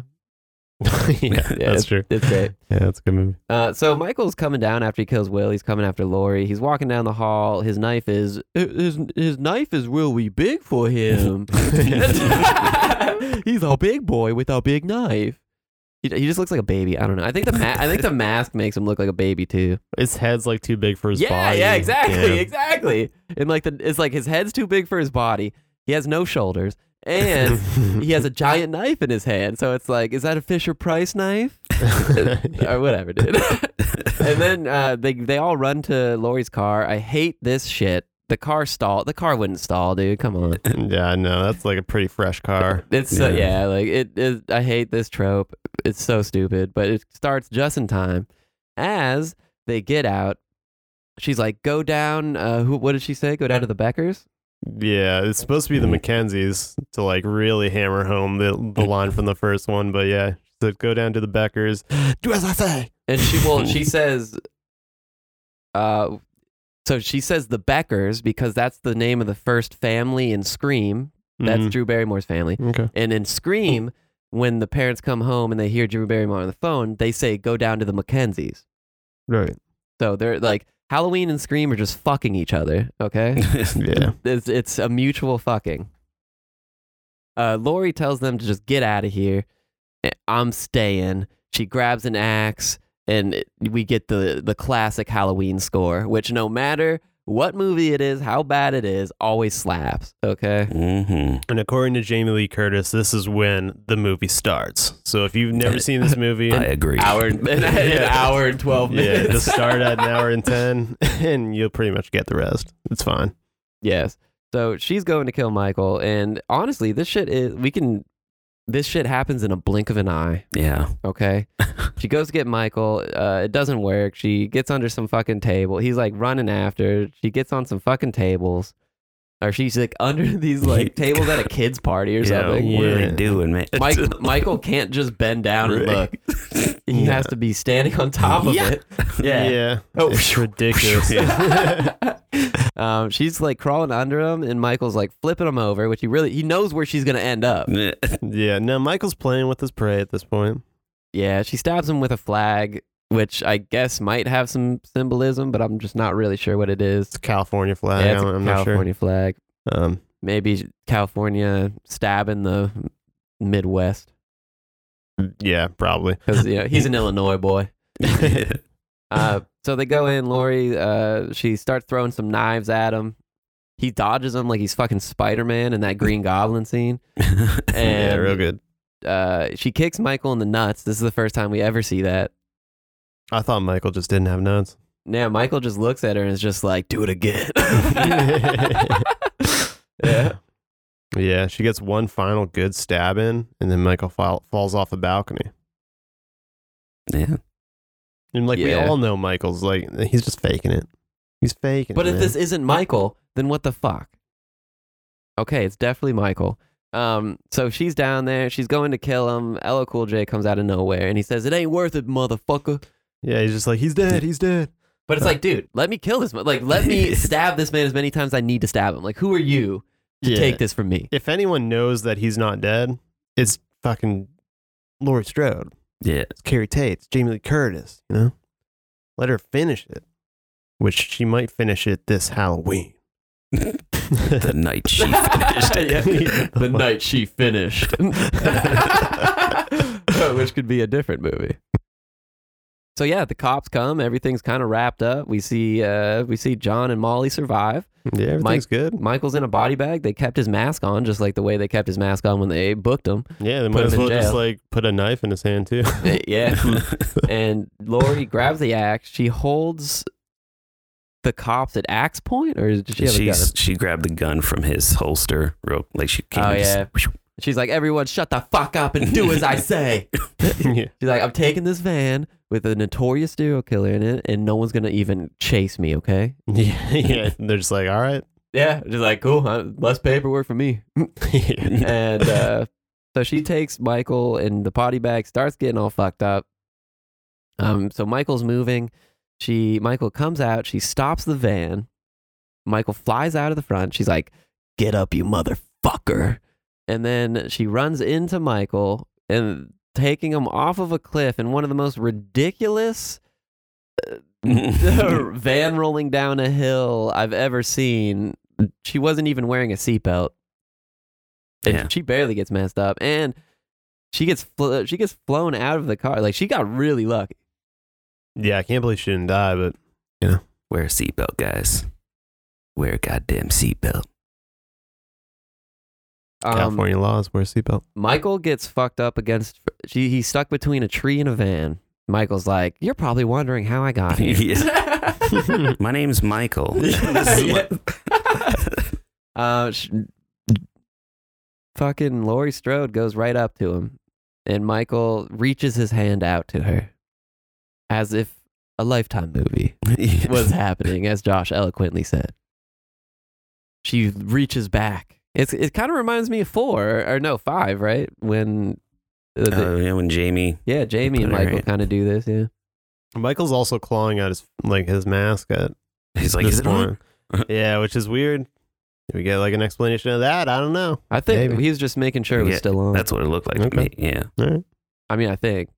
Speaker 2: <laughs>
Speaker 3: yeah,
Speaker 2: <laughs> yeah
Speaker 3: <laughs> that's
Speaker 2: it's,
Speaker 3: true.
Speaker 2: It's great.
Speaker 3: Yeah, that's a good movie.
Speaker 2: Uh, so Michael's coming down after he kills Will. He's coming after Lori. He's walking down the hall. His knife is his, his knife is really big
Speaker 1: <laughs>
Speaker 2: for him. <laughs> He's a big boy with a big knife. He, he just looks like a baby. I don't know. I think the ma- I think the mask makes him look like a baby too.
Speaker 3: His head's like too big for his
Speaker 2: yeah,
Speaker 3: body.
Speaker 2: yeah, exactly,
Speaker 3: Yeah.
Speaker 2: exactly. And like the it's like his head's too big for his body. He has no shoulders,
Speaker 3: <laughs>
Speaker 2: and he has a giant knife in his hand. So it's like, is that a Fisher Price knife? or whatever,
Speaker 3: <laughs>
Speaker 2: dude. and then uh, they they all run to Lori's car. I hate this shit. The car stall. The car wouldn't stall, dude. Come on.
Speaker 3: yeah, no, that's like a pretty fresh car.
Speaker 2: It's so,
Speaker 1: Yeah.
Speaker 2: yeah, like it is. I hate this trope. It's so stupid, but it starts just in time. As they get out, she's like, "Go down." Uh, who? What did she say? Go down to the Beckers.
Speaker 3: Yeah, it's supposed to be the Mackenzies to like really hammer home the, the line from the first one, but yeah, so go down to the Beckers. Do as I say.
Speaker 2: And she well, she says, uh, so she says the Beckers because that's the name of the first family in Scream. That's
Speaker 3: Mm-hmm.
Speaker 2: Drew Barrymore's family.
Speaker 3: Mhm. okay.
Speaker 2: And in Scream, when the parents come home and they hear Drew Barrymore on the phone, they say, go down to the Mackenzies.
Speaker 3: Right.
Speaker 2: So they're like, Halloween and Scream are just fucking each other, okay?
Speaker 3: <laughs>
Speaker 1: <laughs>
Speaker 3: Yeah.
Speaker 2: it's, it's a mutual fucking. Uh, Lori tells them to just get out of here. Eh, I'm staying. She grabs an axe, and it- we get the, the classic Halloween score, which no matter what movie it is, how bad it is, always slaps,
Speaker 3: <laughs>
Speaker 2: okay?
Speaker 1: hmm
Speaker 3: And according to Jamie Lee Curtis, this is when the movie starts. So if you've never seen this
Speaker 2: <laughs>
Speaker 3: movie,
Speaker 1: I agree.
Speaker 2: Hour, and- an
Speaker 3: Yeah.
Speaker 2: hour and 12 minutes.
Speaker 3: yeah, just
Speaker 2: <laughs>
Speaker 3: start at an hour and 10, <laughs> and you'll pretty much get the rest. It's fine.
Speaker 2: Yes. So she's going to kill Michael, and honestly, this shit is we can. This shit happens in a blink of an eye.
Speaker 1: Yeah.
Speaker 2: Okay. she goes to get Michael. Uh, it doesn't work. She gets under some fucking table. He's like running after. She gets on some fucking tables, or she's like <laughs> under these like tables at a kids party or
Speaker 1: yeah. What
Speaker 2: something.
Speaker 1: are
Speaker 3: Yeah.
Speaker 1: they doing, man? <laughs>
Speaker 2: Mike, Michael can't just bend down and look.
Speaker 1: Right. <laughs>
Speaker 2: He
Speaker 3: Yeah.
Speaker 2: has to be standing on top of
Speaker 1: Yeah.
Speaker 2: it. Yeah.
Speaker 3: Yeah.
Speaker 2: Oh, <laughs>
Speaker 3: it's ridiculous. yeah.
Speaker 2: um, she's like crawling under him, and Michael's like flipping him over, which he really he knows where she's gonna end up.
Speaker 3: yeah. Now, Michael's playing with his prey at this point.
Speaker 2: Yeah, she stabs him with a flag, which I guess might have some symbolism, but I'm just not really sure what it is.
Speaker 3: It's a California flag.
Speaker 2: yeah, it's
Speaker 3: I'm,
Speaker 2: a
Speaker 3: I'm
Speaker 2: California flag.
Speaker 3: not sure. Um,
Speaker 2: Maybe California stabbing the Midwest
Speaker 3: yeah, probably.
Speaker 2: because you know he's
Speaker 3: <laughs>
Speaker 2: an Illinois boy. Uh, so they go in. Lori, uh, she starts throwing some knives at him. He dodges them like he's fucking Spider Man in that Green Goblin scene.
Speaker 3: <laughs> yeah,
Speaker 2: And
Speaker 3: real good.
Speaker 2: uh, she kicks Michael in the nuts. This is the first time we ever see that.
Speaker 3: I thought Michael just didn't have nuts.
Speaker 2: Now Michael just looks at her and is just like, "Do it again." <laughs> yeah,
Speaker 3: <laughs> Yeah, she gets one final good stab in, and then Michael fall, falls off the balcony.
Speaker 1: <laughs> yeah.
Speaker 3: And like we
Speaker 2: Yeah.
Speaker 3: all know, Michael's like he's just faking it. He's faking.
Speaker 2: but
Speaker 3: it,
Speaker 2: if
Speaker 3: man.
Speaker 2: this isn't Michael, then what the fuck? Okay, it's definitely Michael. Um, so she's down there. She's going to kill him. LL Cool J comes out of nowhere and he says, "It ain't worth it, motherfucker."
Speaker 3: yeah, he's just like he's dead. He's dead.
Speaker 2: But it's like, dude, let me kill this. mo- Like, let me stab this man as many times as I need to stab him. Like, who are you to
Speaker 3: Yeah.
Speaker 2: take this from me?
Speaker 3: If anyone knows that he's not dead, it's fucking Laurie Strode,
Speaker 1: Yeah.
Speaker 3: it's Carrie Tate, it's Jamie Lee Curtis. You know, let her finish it, which she might finish it this Halloween. <laughs>
Speaker 1: The night
Speaker 2: <laughs>
Speaker 1: she finished <laughs>
Speaker 2: Yeah.
Speaker 1: it.
Speaker 2: the night she <laughs> finished, Oh, which could be a different movie. So yeah, the cops come. Everything's kind of wrapped up. We see uh, we see John and Molly survive.
Speaker 3: Yeah, everything's
Speaker 2: Mike-
Speaker 3: good.
Speaker 2: Michael's in a body bag. They kept his mask on, just like the way they kept his mask on when they booked him.
Speaker 3: Yeah, they
Speaker 2: Put
Speaker 3: might as
Speaker 2: him in
Speaker 3: well just
Speaker 2: jail.
Speaker 3: like put a knife in his
Speaker 2: <laughs>
Speaker 3: hand too. <laughs>
Speaker 2: yeah. and Lori grabs the axe. She holds the cops at axe point, or did she have a gun?
Speaker 1: She's, she grabbed the gun from his holster, real like she came. <laughs>
Speaker 2: Oh,
Speaker 1: and just-
Speaker 2: She's like, everyone, shut the fuck up and do as I say.
Speaker 3: yeah.
Speaker 2: She's like, I'm taking this van with a notorious serial killer in it, and no one's gonna even chase me. Okay?
Speaker 3: yeah, yeah. They're just like, all right. <laughs>
Speaker 2: Yeah. Just like, cool. uh, Less paperwork for me.
Speaker 1: <laughs>
Speaker 3: yeah.
Speaker 2: and uh, so she takes Michael in the potty bag, starts getting all fucked up. Um, so Michael's moving. She Michael comes out. She stops the van. Michael flies out of the front. She's like, "Get up, you motherfucker!" And then she runs into Michael and taking him off of a cliff in one of the most ridiculous uh, <laughs> van rolling down a hill I've ever seen. She wasn't even wearing a seatbelt. And
Speaker 1: Yeah.
Speaker 2: she barely gets messed up, and she gets fl- she gets flown out of the car. Like she got really lucky.
Speaker 3: I can't believe she didn't die, but
Speaker 1: Wear a seatbelt, guys. Wear a goddamn
Speaker 2: <laughs>
Speaker 1: seatbelt.
Speaker 2: Um,
Speaker 3: California laws wear a seatbelt.
Speaker 2: Michael gets fucked up against. She, he's stuck between a tree and a van. Michael's like, "You're probably wondering how I
Speaker 1: <laughs>
Speaker 2: got here."
Speaker 1: Yeah. My name's
Speaker 2: <laughs>
Speaker 1: Michael. This is what-
Speaker 2: Uh, sh- fucking Laurie Strode goes right up to him, and Michael reaches his hand out to her, as if a lifetime
Speaker 1: <laughs>
Speaker 2: movie
Speaker 1: <laughs> Yeah.
Speaker 2: was happening, as Josh eloquently said. She reaches back. It's it kind of reminds me of four or no five, right? When uh, the-
Speaker 1: Oh, yeah, when Jamie.
Speaker 2: yeah, Jamie and
Speaker 1: put her
Speaker 2: Michael
Speaker 1: in.
Speaker 2: kind of do this. Yeah,
Speaker 3: Michael's also clawing at his like his mask uh, at
Speaker 1: He's like,
Speaker 3: this
Speaker 1: is it on? <laughs>
Speaker 3: point. yeah, which is weird. Did we get like an explanation of that? I don't know.
Speaker 2: I think
Speaker 3: Maybe.
Speaker 2: he was just making sure it was
Speaker 1: Yeah,
Speaker 2: still on.
Speaker 1: That's what it looked like to me.
Speaker 3: Okay.
Speaker 1: Yeah.
Speaker 3: <laughs>
Speaker 2: I mean, I think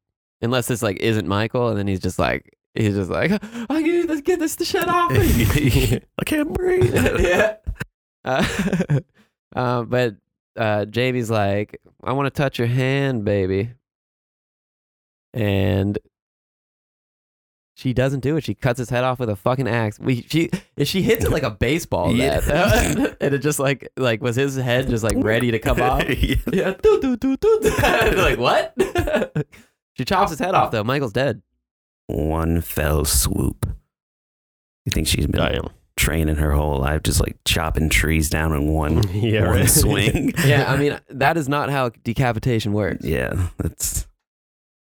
Speaker 2: unless this like isn't Michael, and then he's just like he's just like I can this, get this to shut off. me."
Speaker 3: <laughs>
Speaker 2: <laughs>
Speaker 1: I can't breathe.
Speaker 2: <laughs> yeah. Uh, uh, but uh, Jamie's like, I want to touch your hand, baby, and she doesn't do it. She cuts his head off with a fucking axe. We she if she hits it like a baseball,
Speaker 1: Yeah.
Speaker 2: that <laughs> and it just like like was his head just like ready to
Speaker 1: <laughs>
Speaker 2: come off.
Speaker 1: Yeah.
Speaker 2: Yeah, <laughs> do do do do. They're like, what? <laughs> she chops his head off though. Michael's dead.
Speaker 1: One fell swoop. You think she's been
Speaker 3: Damn.
Speaker 1: training her whole life, just like chopping trees down in one,
Speaker 3: <laughs> Yeah,
Speaker 1: one
Speaker 3: right.
Speaker 1: swing?
Speaker 2: <laughs> Yeah, I mean that is not how decapitation
Speaker 1: <laughs>
Speaker 2: works.
Speaker 1: yeah, that's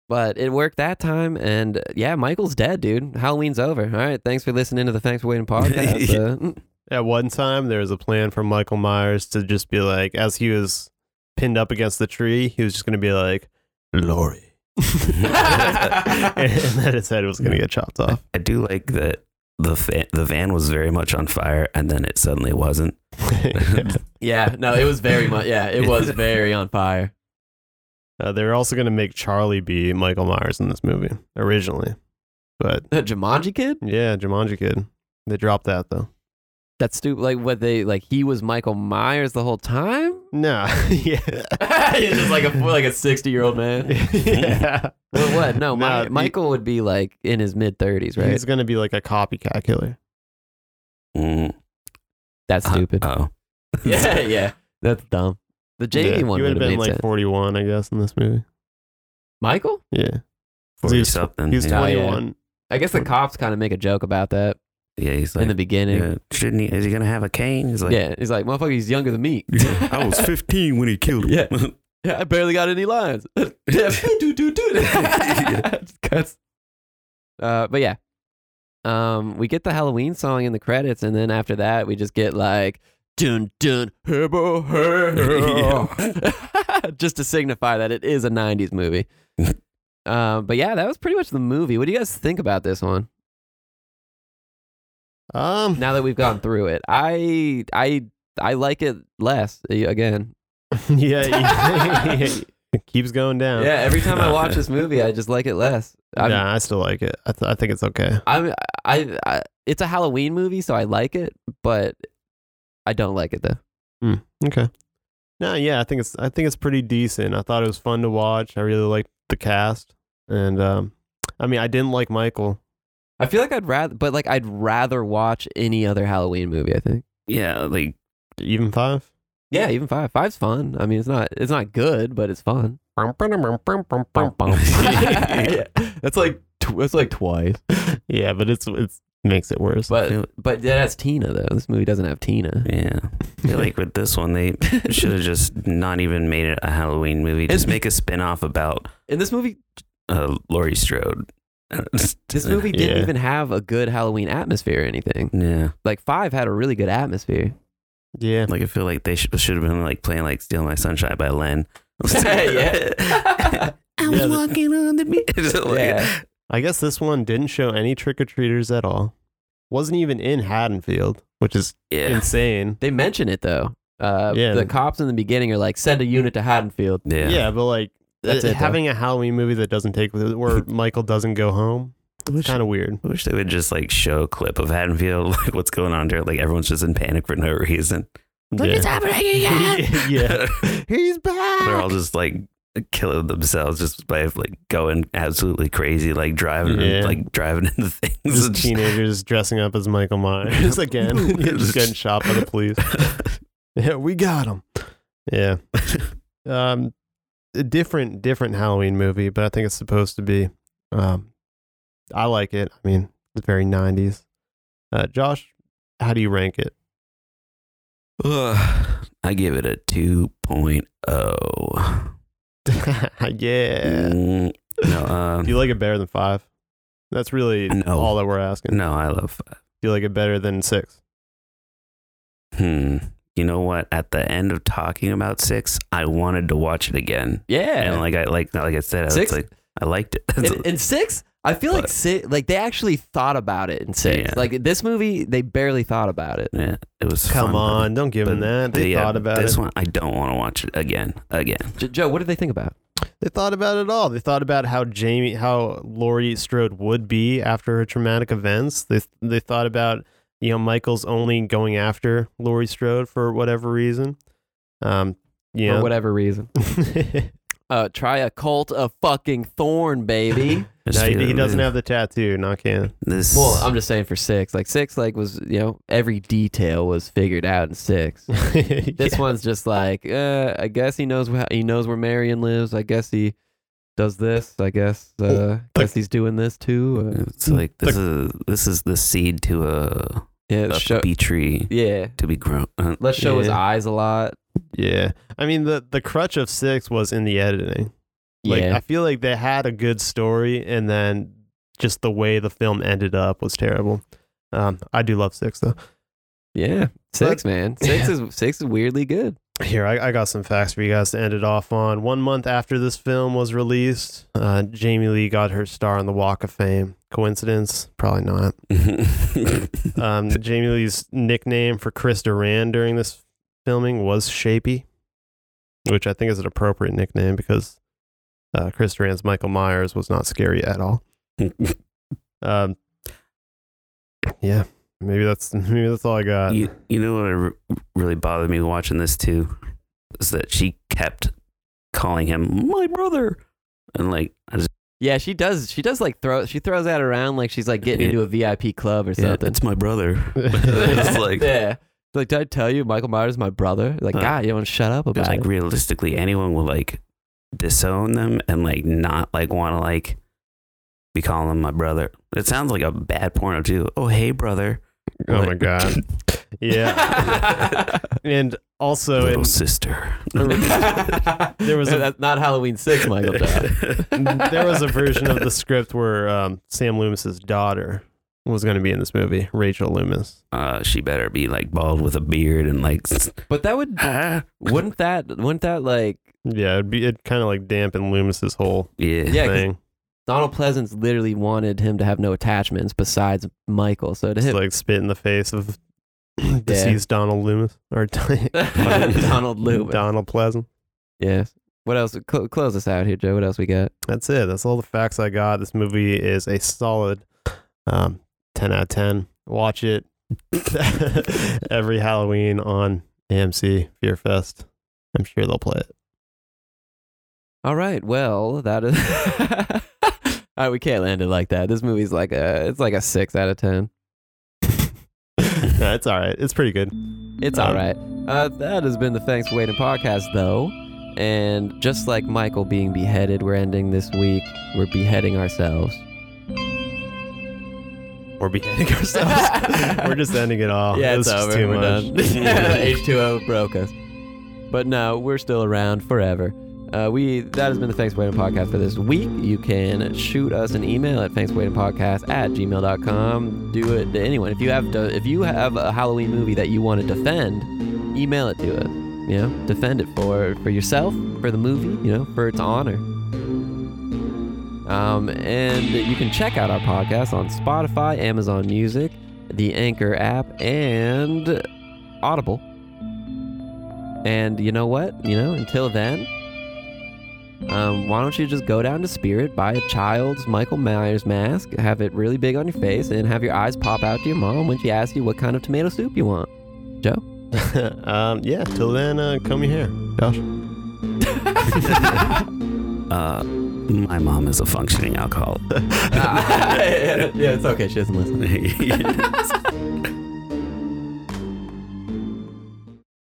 Speaker 2: But it worked that time, and uh, yeah, Michael's dead, dude. Halloween's over. All right, thanks for listening to the Thanks for
Speaker 3: <laughs>
Speaker 2: Waiting podcast. Uh, mm.
Speaker 3: <laughs> At one time, there was a plan for Michael Myers to just be like, as he was pinned up against the tree, he was just going to be like, Lori. <laughs>
Speaker 2: uh,
Speaker 3: and
Speaker 2: mm.
Speaker 3: then his head was going to get
Speaker 1: <laughs>
Speaker 3: chopped off. <laughs>
Speaker 1: I do like that the fa- the van was very much on fire and then it suddenly
Speaker 2: <laughs>
Speaker 1: wasn't.
Speaker 2: <laughs>
Speaker 1: <laughs> Mm,
Speaker 2: yeah, no, it was very much. Yeah, it was very on fire.
Speaker 3: uh, they were also going to make Charlie be Michael Myers in this movie originally. But
Speaker 2: The Jumanji kid?
Speaker 3: yeah, Jumanji Kid. They dropped that though.
Speaker 2: That's stupid. Like what they like? He was Michael Myers the whole
Speaker 3: <laughs>
Speaker 2: time.
Speaker 3: No. yeah.
Speaker 2: He's just like a like a sixty year old
Speaker 3: <laughs>
Speaker 2: man.
Speaker 3: yeah.
Speaker 2: Well, what? No, Mi-
Speaker 3: he-
Speaker 2: Michael would be like in his mid 30s, right?
Speaker 3: He's going to be like a copycat killer.
Speaker 1: Mm,
Speaker 3: <laughs>
Speaker 2: That's stupid.
Speaker 1: Oh,
Speaker 2: yeah, yeah. That's dumb. The Jamie
Speaker 3: yeah.
Speaker 2: one
Speaker 3: He would have been
Speaker 2: made
Speaker 3: like
Speaker 2: sense.
Speaker 3: 41, I guess, in this movie.
Speaker 2: Michael?
Speaker 3: Yeah.
Speaker 1: 40
Speaker 3: He's-
Speaker 1: something.
Speaker 3: He's
Speaker 1: yeah.
Speaker 2: Oh, yeah.
Speaker 3: 21.
Speaker 2: I guess the cops kind of make a joke about that
Speaker 1: yeah, he's
Speaker 2: in
Speaker 1: like,
Speaker 2: the beginning. Yeah.
Speaker 1: yeah, shouldn't he? Is he gonna have a cane? He's like, <laughs>
Speaker 2: he's like, motherfucker, he's younger than me.
Speaker 1: I was 15 when he killed him.
Speaker 2: <laughs>
Speaker 1: <laughs>
Speaker 2: Yeah, I barely got any lines. <laughs> Yeah, do, do, do, do. Just <laughs> cuts. Uh, but yeah, um, we get the Halloween song in the credits, and then after that, we just get like dun dun hebo
Speaker 1: <laughs>
Speaker 2: hebo, oh." <laughs> just to signify that it is a
Speaker 1: <laughs>
Speaker 2: '90s movie. um, but yeah, that was pretty much the movie. What do you guys think about this one?
Speaker 3: Um,
Speaker 2: Now that we've gone through it, I I I like it less uh, again.
Speaker 3: <laughs> yeah, yeah,
Speaker 2: <laughs>
Speaker 3: it keeps going down.
Speaker 2: Yeah, every time <laughs> I watch this movie, I just like it less. I'm-
Speaker 3: nah, I still like it. I, th- I think it's okay.
Speaker 2: I'm, I, I, it's a Halloween movie, so I like it, but I don't like it though.
Speaker 3: Okay. No, yeah, I think it's I think it's pretty decent. I thought it was fun to watch. I really liked the cast, and um, I mean, I didn't like Michael.
Speaker 2: I feel like I'd rather, but like I'd rather watch any other Halloween movie. I think.
Speaker 1: Yeah, like
Speaker 3: Even five.
Speaker 2: Yeah, even five. Five's fun. I mean, it's not, it's not good, but it's fun.
Speaker 3: yeah,
Speaker 2: <laughs>
Speaker 3: <laughs>
Speaker 2: That's like, tw- that's like twice.
Speaker 3: but it's it's makes it worse.
Speaker 2: But but that's Tina though. This movie doesn't have Tina.
Speaker 1: <laughs> Yeah. I feel like with this one, they should have just not even made it a Halloween movie. Just
Speaker 2: It's-
Speaker 1: make a spin off about
Speaker 2: And this movie
Speaker 1: uh, Laurie Strode. <laughs>
Speaker 2: this movie didn't
Speaker 3: Yeah.
Speaker 2: even have a good Halloween atmosphere or anything.
Speaker 1: Yeah.
Speaker 2: Like five had a really good atmosphere.
Speaker 3: yeah,
Speaker 1: Like, I feel like they should, should have been like playing like Steal My Sunshine by Len. <laughs>
Speaker 2: <laughs> Yeah. <laughs>
Speaker 1: I was
Speaker 3: Yeah, the-
Speaker 1: walking on the beach. <laughs> Like,
Speaker 2: Yeah.
Speaker 3: I guess this one didn't show any trick or treaters at all. Wasn't even in Haddonfield, which is
Speaker 1: Yeah.
Speaker 3: insane.
Speaker 2: They mention it though. Uh,
Speaker 3: Yeah.
Speaker 2: the cops in the beginning are like, send a unit to Haddonfield.
Speaker 1: Yeah.
Speaker 3: Yeah, but like
Speaker 2: That's
Speaker 3: uh,
Speaker 2: it, though.
Speaker 3: having a Halloween movie that doesn't take where Michael doesn't go home,
Speaker 1: Which-
Speaker 3: kind of weird.
Speaker 1: I wish they would just like show a clip of Haddonfield, <laughs> like what's going on there. Like everyone's just in panic for no reason. Look, it's happening again.
Speaker 3: <laughs> Yeah.
Speaker 2: He's
Speaker 1: <laughs>
Speaker 2: back.
Speaker 1: <laughs> They're all just like killing themselves just by like going absolutely crazy, like driving,
Speaker 3: Yeah.
Speaker 1: like driving <laughs> into things.
Speaker 3: Just
Speaker 1: and just-
Speaker 3: teenagers dressing up as Michael Myers again, <laughs> just getting shot by the police. Yeah, we got him.
Speaker 1: <laughs>
Speaker 3: Yeah. um, a different, different Halloween movie, but I think it's supposed to be. Um, I like it. I mean, it's very '90s. Uh, Josh, how do you rank
Speaker 1: <laughs>
Speaker 3: it?
Speaker 1: <laughs>
Speaker 3: <laughs>
Speaker 1: Ugh. I give it a oh. 2.0.
Speaker 3: yeah.
Speaker 1: Mm, no,
Speaker 3: <laughs> Do
Speaker 1: um,
Speaker 3: you like it better than five? That's really
Speaker 1: No.
Speaker 3: all that we're asking.
Speaker 1: no, I love.
Speaker 3: Do you like it better than six?
Speaker 1: Hmm. You know what? At the end of talking about six, I wanted to watch it again. And
Speaker 2: Yeah.
Speaker 1: like I like like I said, I
Speaker 2: Six-
Speaker 1: was like I liked it. <laughs>
Speaker 2: and, and six, I feel like
Speaker 1: But-
Speaker 2: six, like they actually thought about it in six.
Speaker 1: Yeah.
Speaker 2: Like this movie, they barely thought about it.
Speaker 1: yeah, it was
Speaker 3: Come
Speaker 1: fun.
Speaker 3: on, don't give them
Speaker 1: But
Speaker 3: that. They
Speaker 1: yeah,
Speaker 3: thought about
Speaker 1: this
Speaker 3: it.
Speaker 1: one. I don't want to watch it again. Again.
Speaker 2: J- Joe, what did they think about?
Speaker 3: They thought about it all. They thought about how Jamie, how Laurie Strode would be after her traumatic events. They they thought about you know Michael's only going after Laurie Strode for whatever reason. Um, you
Speaker 2: For
Speaker 3: <laughs> know,
Speaker 2: whatever reason. Uh, try a cult of fucking
Speaker 1: <laughs>
Speaker 2: thorn, baby.
Speaker 1: Just
Speaker 3: No, he,
Speaker 1: feel
Speaker 3: he doesn't
Speaker 1: the-
Speaker 3: have the tattoo. Not <laughs> can.
Speaker 1: this.
Speaker 2: well, I'm just saying for six, like six, like was you know every detail was figured out in six. This one's just like, uh, I guess he knows wh- he knows where Marion lives. I guess he does this. I guess
Speaker 1: Oh,
Speaker 2: uh, guess he's doing this too. Uh,
Speaker 1: it's like this is this is the seed to a,
Speaker 2: yeah,
Speaker 1: a
Speaker 2: show,
Speaker 1: bee tree
Speaker 2: yeah.
Speaker 1: to be grown. <laughs> Uh,
Speaker 2: Let's show his
Speaker 3: Yeah.
Speaker 2: eyes a lot.
Speaker 3: Yeah, I mean the the crutch of six was in the editing. Like
Speaker 2: yeah,
Speaker 3: I feel like they had a good story, and then just the way the film ended up was terrible. Um, I do love six though.
Speaker 2: yeah. Six
Speaker 1: <laughs>
Speaker 2: man, six is six is weirdly good.
Speaker 3: Here, I, I got some facts for you guys to end it off on. One month after this film was released, uh, Jamie Lee got her star on the Walk of Fame. Coincidence? Probably not. Um, Jamie Lee's nickname for Chris Duran during this filming was Shapy, which I think is an appropriate nickname because uh, Chris Duran's Michael Myers was not scary at all. Uh, Um, yeah, maybe that's <laughs> maybe that's all I got.
Speaker 1: you, you know what re- really bothered me watching this too is that she kept calling him my brother and like I just
Speaker 2: Yeah, she does. She does like throw. She throws that around like she's like getting
Speaker 1: Yeah.
Speaker 2: into a VIP club or
Speaker 1: yeah,
Speaker 2: something.
Speaker 1: it's my brother <laughs> it's like-
Speaker 2: <laughs> yeah. Like, did I tell you Michael Myers is my brother? Like,
Speaker 1: Huh.
Speaker 2: God, you don't shut up
Speaker 1: Because
Speaker 2: about
Speaker 1: like
Speaker 2: it.
Speaker 1: realistically, anyone will like disown them and like not like want to like be calling them my brother. It sounds like a bad porno too. Oh hey brother,
Speaker 3: <laughs> oh my
Speaker 1: Like,
Speaker 3: god,
Speaker 1: <laughs>
Speaker 3: yeah,
Speaker 2: <laughs>
Speaker 3: and also
Speaker 1: little
Speaker 3: in, <laughs>
Speaker 1: sister.
Speaker 2: there
Speaker 3: was a-
Speaker 2: that's not Halloween six, Michael. <laughs> Dodd. <laughs>
Speaker 3: there was a version of the script where um, Sam Loomis's daughter was going to be in this movie, Rachel Loomis.
Speaker 1: <laughs> Uh, she better be like bald with a beard and
Speaker 3: <laughs>
Speaker 1: like. <laughs> s-
Speaker 2: but that would
Speaker 1: ah.
Speaker 2: wouldn't that wouldn't that like
Speaker 3: Yeah, it'd be it kind of like dampen Loomis's whole
Speaker 1: Yeah.
Speaker 2: Yeah, 'cause
Speaker 3: thing.
Speaker 2: Donald Pleasance literally wanted him to have no attachments besides Michael. So to
Speaker 3: Just
Speaker 2: him,
Speaker 3: like spit in the face of <clears throat> deceased Donald Loomis
Speaker 2: <laughs>
Speaker 3: or <laughs>
Speaker 2: Donald Loomis.
Speaker 3: Donald Pleasant.
Speaker 2: yes. What else? Cl- close us out here, Joe. What else we got?
Speaker 3: That's it. That's all the facts I got. This movie is a solid um, ten out of ten. Watch it <laughs> every Halloween on AMC Fear Fest. I'm sure they'll play it.
Speaker 2: All right. Well, that is. <laughs> All right, we can't land it like that. This movie's like a it's like a six out of ten.
Speaker 3: <laughs> no, it's all right. It's pretty good.
Speaker 2: It's all
Speaker 3: Um,
Speaker 2: right. Uh, that has been the Thanks for Waiting podcast, though. And just like Michael being beheaded, we're ending this week. We're beheading ourselves.
Speaker 3: We're beheading
Speaker 2: <laughs>
Speaker 3: ourselves. We're just ending it all.
Speaker 2: yeah,
Speaker 3: It
Speaker 2: it's
Speaker 3: was just
Speaker 2: over.
Speaker 3: Oh, Too
Speaker 2: We're
Speaker 3: much.
Speaker 2: done. <laughs> H2O broke us. But no, we're still around forever. Uh, we that has been the Thanks for Waiting podcast for this week. You can shoot us an email at thanksforwaitingpodcast at gmail.com. Do it to anyone. If you have to, if you have a Halloween movie that you want to defend, email it to us. You know, defend it for for yourself, for the movie, you know, for its honor. Um, and you can check out our podcast on Spotify, Amazon Music, the Anchor app, and Audible. And you know what? You know, until then, um, why don't you just go down to Spirit, buy a child's Michael Myers mask, have it really big on your face, and have your eyes pop out to your mom when she asks you what kind of tomato soup you want. Joe? <laughs>
Speaker 3: <laughs> um, yeah. Till then, uh, comb your hair, Josh.
Speaker 1: Uh, my mom <laughs> is a functioning alcoholic.
Speaker 2: yeah, it's okay. She doesn't listen.